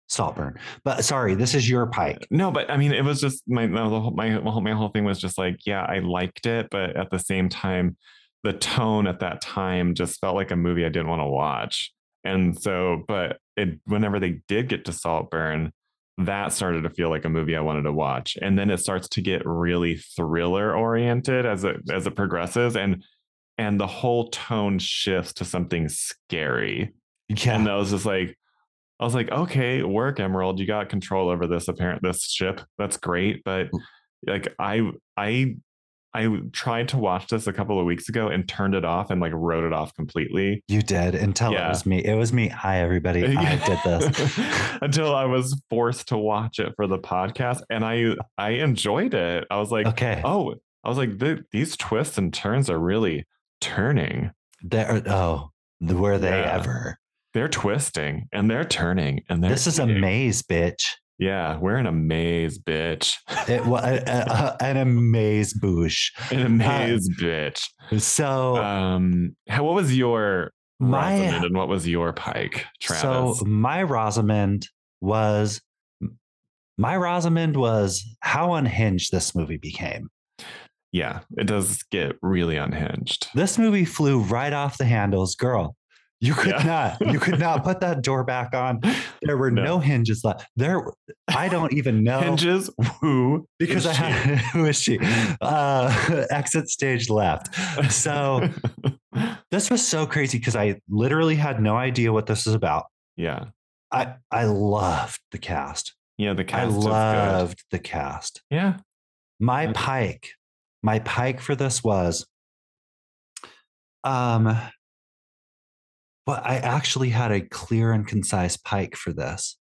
B: Saltburn. But sorry, this is your pike.
A: no but i mean it was just my my whole, my whole my whole thing was just like yeah i liked it but at the same time the tone at that time just felt like a movie i didn't want to watch and so but it whenever they did get to saltburn that started to feel like a movie i wanted to watch and then it starts to get really thriller oriented as it as it progresses and and the whole tone shifts to something scary
B: Yeah.
A: and I was just like, I was like, okay, work, Emerald. You got control over this apparent this ship. That's great. But
B: Mm.
A: like I I I tried to watch this a couple of weeks ago and turned it off and like wrote it off completely.
B: You did until
A: Yeah.
B: it was me. It was me. Hi, everybody. I did this.
A: until I was forced to watch it for the podcast. And I I enjoyed it. I was like,
B: Okay.
A: oh, I was like, "Th- these twists and turns are really turning.
B: There. Oh, were they
A: Yeah.
B: ever?
A: They're twisting and they're turning and they're
B: This is a
A: turning."
B: maze, bitch.
A: Yeah, we're in a maze, bitch.
B: It was an amaze boosh.
A: in a maze, bitch.
B: So.
A: Um, how, what was your
B: My-
A: Rosamund and what was your Pike, Travis?
B: So my Rosamond was my Rosamond was how unhinged this movie became.
A: yeah, it does get really unhinged.
B: This movie flew right off the handles, girl. You could
A: Yeah.
B: not, you could not put that door back on. There were
A: No.
B: no, hinges left. There, I don't even know
A: Hinges, woo, is
B: because I
A: she.
B: had who is she? Uh, exit stage left. So this was so crazy because I literally had no idea what this is about.
A: yeah,
B: I I loved the cast.
A: yeah, the
B: I
A: cast is good.
B: loved the cast.
A: Yeah,
B: my
A: Okay.
B: pike my pike for this was um well i actually had a clear and concise pike for this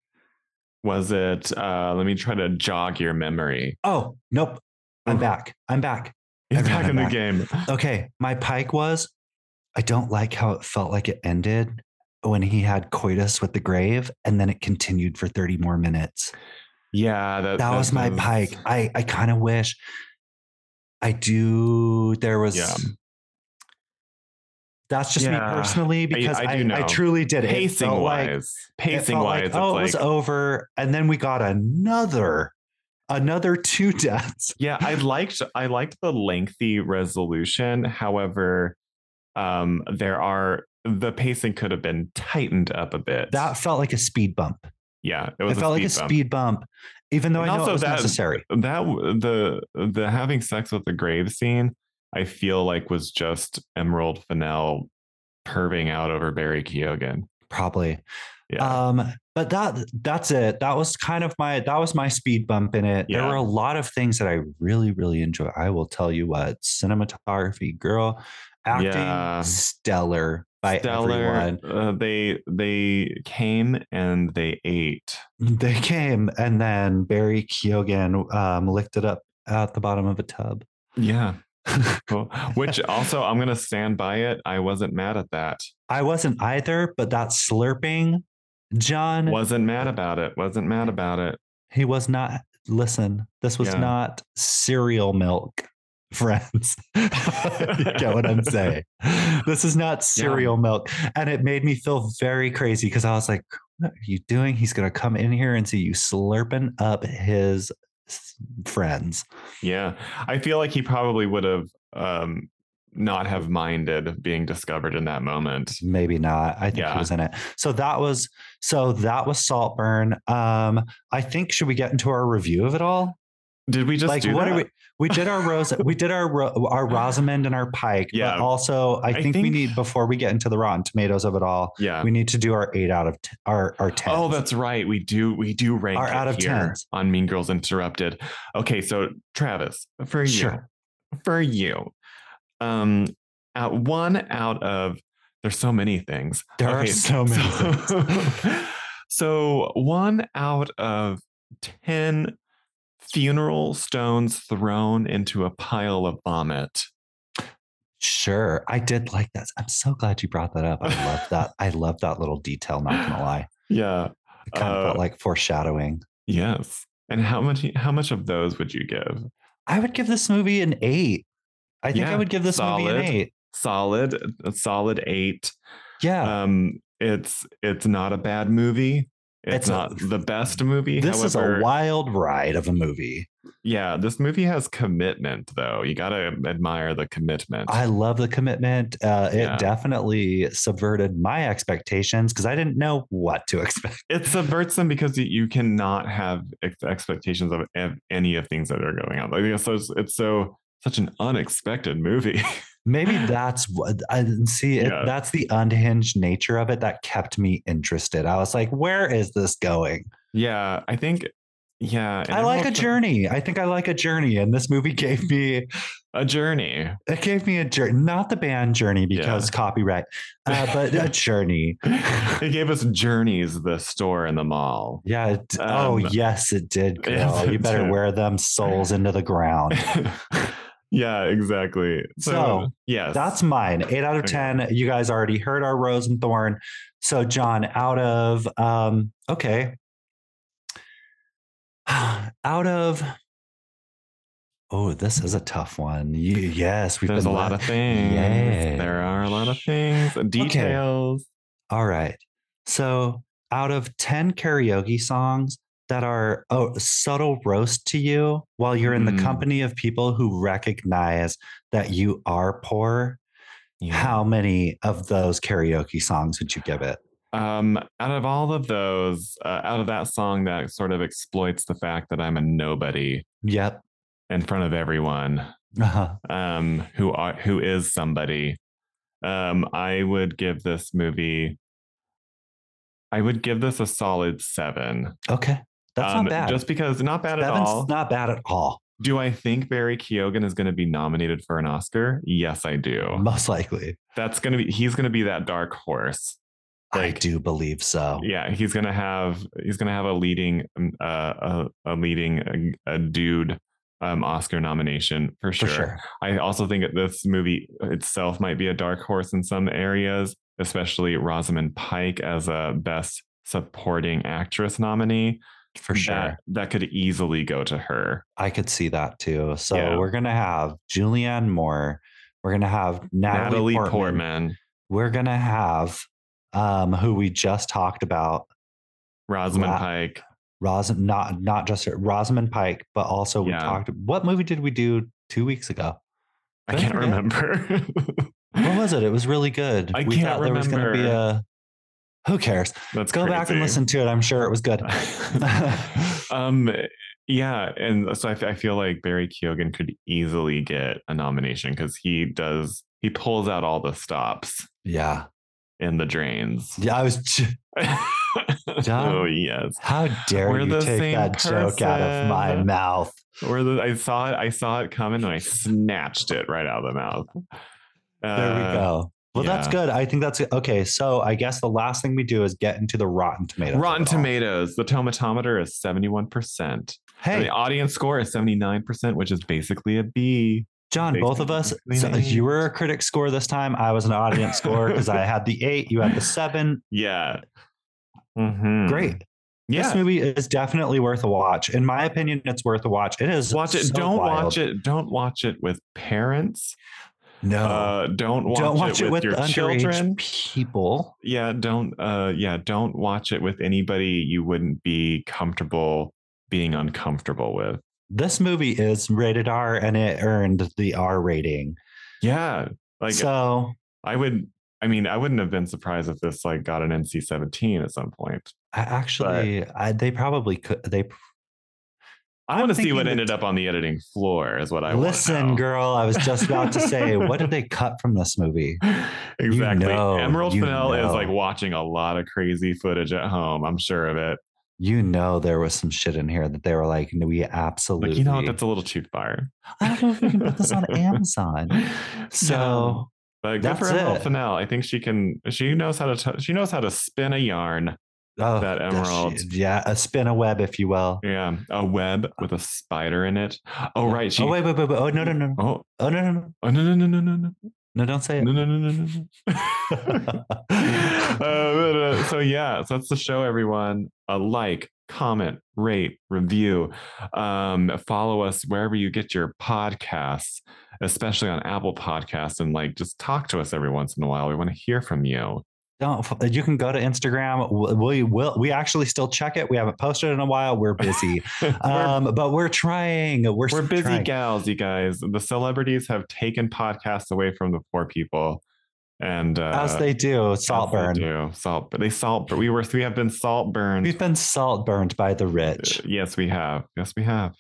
A: was it? Uh, let me try to jog your memory.
B: oh nope i'm back i'm back
A: He's
B: Everyone,
A: back in
B: I'm
A: the
B: back.
A: game.
B: okay my pike was i don't like how it felt like it ended when he had coitus with the grave and then it continued for 30 more minutes
A: Yeah, that,
B: that was my
A: does-
B: pike i i kind of wish i do there was
A: Yeah.
B: That's just
A: Yeah.
B: me personally because I,
A: I
B: I,
A: do know.
B: truly did. It
A: Pacing
B: felt like-
A: wise,
B: it felt
A: pacing
B: like,
A: wise, it's
B: oh, it
A: like
B: was over, and then we got another, another two deaths.
A: yeah i liked i liked the lengthy resolution however um there are the pacing could have been tightened up a bit
B: That felt like a speed bump.
A: yeah it
B: It,
A: was
B: felt like a
A: bump.
B: speed bump, even though
A: And
B: I know
A: also
B: it was
A: that-
B: necessary.
A: that w- the the having sex with the grave scene i feel like was just emerald fennell perving out over barry keoghan
B: Probably.
A: yeah
B: Um, but that that's it. That was kind of my that was my speed bump in it.
A: Yeah.
B: There were a lot of things that I really really enjoy. I will tell you what, cinematography, girl, acting,
A: Yeah.
B: stellar by everyone.
A: uh, they they came and they ate
B: They came and then Barry Keoghan um, licked it up at the bottom of a tub.
A: yeah cool. which also i'm gonna stand by it i wasn't mad at that
B: I wasn't either, but that slurping, John,
A: wasn't mad about it wasn't mad about it
B: he was not. Listen, this was
A: Yeah.
B: not cereal milk, friends. you get what I'm saying? This is not cereal milk. And it made me feel very crazy because I was like, what are you doing? He's going to come in here and see you slurping up his s- friends.
A: yeah i feel like he probably would have um not have minded being discovered in that moment.
B: maybe not i think
A: Yeah.
B: he was in it so that was so that was saltburn um i think should we get into our review of it all
A: Did we just
B: like
A: do
B: what
A: that?
B: are we we did our rose we did our Ro- our rosamond and our pike
A: Yeah.
B: but also I think, we
A: think-
B: need before we get into the rotten tomatoes of it all
A: Yeah.
B: we need to do our eight out of t- our our ten
A: Oh, that's right. We do we do rank
B: Are
A: it
B: out of
A: here
B: 10s.
A: on Mean Girls Interrupted. Okay, so Travis, for you,
B: Sure.
A: for you, um, at one out of there's so many things.
B: there are
A: Okay,
B: so many things.
A: so one out of ten funeral stones thrown into a pile of vomit.
B: sure i did like that i'm so glad you brought that up i love that i love that little detail not gonna lie
A: Yeah.
B: it kind of felt
A: Uh,
B: like foreshadowing
A: Yes. And how much how much of those would you give?
B: i would give this movie an eight i think i
A: Yeah,
B: would give this movie
A: solid.
B: an eight
A: Solid, a solid eight.
B: yeah
A: um it's it's not a bad movie it's,
B: It's a-
A: not the best movie
B: This is
A: however-
B: a wild ride of a movie.
A: yeah this movie has commitment though you gotta admire the commitment
B: I love the commitment. Uh, it
A: Yeah.
B: definitely subverted my expectations because I didn't know what to expect.
A: it subverts them because y- you cannot have ex- expectations of ev- any of things that are going on like it's so it's so such an unexpected movie
B: Maybe that's what I didn't see. It,
A: Yeah.
B: That's the unhinged nature of it that kept me interested. I was like, where is this going?
A: yeah i think yeah and
B: I like a
A: everyone's-
B: journey. I think I like a journey. And this movie gave me,
A: a journey
B: it gave me a journey, not the band journey because copyright, uh, but a journey.
A: it gave us journeys the store and the mall
B: Yeah. it- oh,
A: Um,
B: yes, it did.
A: yes,
B: Girl. you
A: it
B: better
A: did.
B: wear them souls into the ground.
A: yeah exactly so,
B: So,
A: yes
B: That's mine. Eight out of
A: Okay.
B: ten. You guys already heard our rose and thorn. So John, out of um, okay, out of oh, this is a tough one. You, yes, we've
A: There's a
B: been
A: lot
B: la-
A: of things.
B: Yes.
A: There are a lot of things. Details.
B: All right. So out of ten karaoke songs that are oh subtle roast to you while you're in
A: Mm.
B: the company of people who recognize that you are poor. How many of those karaoke songs would you give it?
A: Um, out of all of those, uh, out of that song that sort of exploits the fact that I'm a nobody
B: Yep.
A: in front of everyone,
B: Uh-huh.
A: um, who are who is somebody, um, I would give this movie. I would give this a solid seven.
B: Okay. That's
A: Um,
B: not bad.
A: Just because not bad at
B: Seven's
A: all.
B: not bad at all.
A: do I think Barry Keoghan is going to be nominated for an Oscar? Yes, I do.
B: Most likely.
A: that's gonna be he's gonna be that dark horse
B: I
A: Like-
B: do believe so.
A: yeah he's gonna have he's gonna have a leading um, uh, a, a leading uh, a, a dude um oscar nomination for
B: For
A: sure.
B: sure.
A: i also think that this movie itself might be a dark horse in some areas especially rosamund pike as a best supporting actress nominee
B: For sure.
A: that, that could easily go to her
B: I could see that too. So
A: Yeah.
B: we're going to have Julianne Moore. We're going to have
A: natalie
B: Natalie, Portman.
A: portman,
B: We're going to have um, who we just talked about.
A: rosamund
B: Wow.
A: pike
B: Ros- not not just her- Rosamund Pike, but also we
A: Yeah.
B: talked. What movie did we do two weeks ago?
A: i
B: Did
A: can't
B: forget?
A: remember
B: What was it? It was really good.
A: I
B: we
A: can't
B: thought there was going to be a. Who cares?
A: let's
B: Go back and listen to it. I'm sure it was good.
A: um yeah and so I, f- I feel like barry keoghan could easily get a nomination because he does he pulls out all the stops
B: Yeah.
A: and the drains
B: Yeah, I was. j-
A: oh yes
B: How dare
A: We're
B: you
A: the
B: take
A: same
B: that joke out of my
A: person.
B: mouth?
A: or the, i saw it i saw it coming and i snatched it right out of the mouth
B: There we go. Well, that's
A: Uh, yeah.
B: good. I think that's okay. So I guess the last thing we do is get into the Rotten Tomatoes. of
A: Uh, rotten
B: it all.
A: tomatoes the tomatometer is 71% and
B: Hey,
A: the audience score is 79% which is basically a b
B: John, both of us.
A: basically
B: so
A: an
B: you
A: eight.
B: were a critic score this time. I was an audience score because I had the eight. You had the seven.
A: yeah Mhm.
B: Great.
A: yeah
B: This movie is definitely worth a watch. In my opinion, it's worth a watch. It is.
A: watch it.
B: so
A: don't
B: wild.
A: watch it. Don't watch it with parents.
B: No.
A: Uh, don't watch,
B: Oh. don't watch
A: it, with, your
B: underage
A: children.
B: people.
A: Yeah, don't. Uh, yeah, don't watch it with anybody you wouldn't be comfortable being uncomfortable with.
B: this movie is rated R and it earned the R rating.
A: Yeah, Like
B: so
A: I would I mean, I wouldn't have been surprised if this like got an NC seventeen at some point.
B: I actually, I, they probably could. They
A: I
B: I'm
A: want to see
B: thinking
A: what
B: that-
A: ended up on the editing floor is what I wanna
B: listen,
A: know.
B: girl. I was just about to say, what did they cut from this movie?
A: Exactly.
B: know,
A: Emerald
B: you
A: Fennell is
B: know.
A: like watching a lot of crazy footage at home. I'm sure of it.
B: You know, there was some shit in here that they were like, "No, we absolutely.
A: Like, you know, what? that's a little too far.
B: I don't know if you can put this on Amazon. So
A: No. But good for
B: that's
A: Emerald
B: it.
A: Fennell. I think she can. She knows how to. T- she knows how to spin a yarn.
B: oh,
A: That
B: that's-
A: emerald.
B: yeah, a spin a web, if you will.
A: Yeah, a web with a spider in it. Oh right, she.
B: oh wait, wait, wait, wait. Oh no, no, no.
A: Oh,
B: Oh no, no, no.
A: oh no no no no no no
B: No, don't say it.
A: no no no no. no. uh, but, uh, so yeah, so that's the show, everyone. Uh, like, comment, rate, review, um, follow us wherever you get your podcasts, especially on Apple Podcasts, and like just talk to us every once in a while. We want to hear from you.
B: Don't. f- You can go to Instagram. We- We will. We actually still check it. We haven't posted in a while. We're busy,
A: We're
B: um, but we're trying. We're
A: We're busy
B: trying.
A: gals, you guys. The celebrities have taken podcasts away from the poor people, and uh,
B: as they do. Salt
A: as they
B: burn.
A: do. salt. But they salt. But we were we have been salt burned. Uh,
B: We've been salt burned by the rich.
A: Yes, we have. Yes, we have.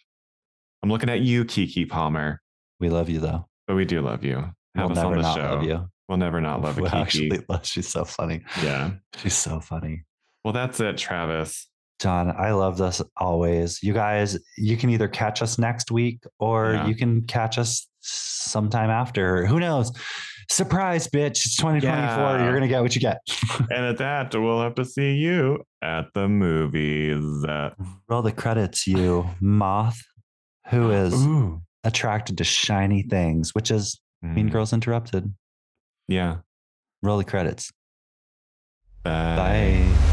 A: I'm looking at you, Kiki Palmer.
B: We love you though.
A: But we do love you. Have
B: we'll
A: us
B: never
A: on the
B: not
A: show.
B: love you.
A: We'll never not love a
B: we
A: Kiki.
B: actually love. She's so funny.
A: Yeah.
B: She's so funny.
A: Well, that's it, Travis.
B: John, I love this always. You guys, you can either catch us next week or
A: Yeah.
B: you can catch us sometime after. Who knows? Surprise, bitch. It's 2024.
A: Yeah.
B: You're going to get what you get.
A: And at that, we'll have to see you at the movies. Uh,
B: Roll the credits, you moth who is
A: Ooh.
B: attracted to shiny things, which is Mean
A: Mm.
B: Girls Interrupted.
A: Yeah.
B: Roll the credits.
A: Bye.
B: Bye.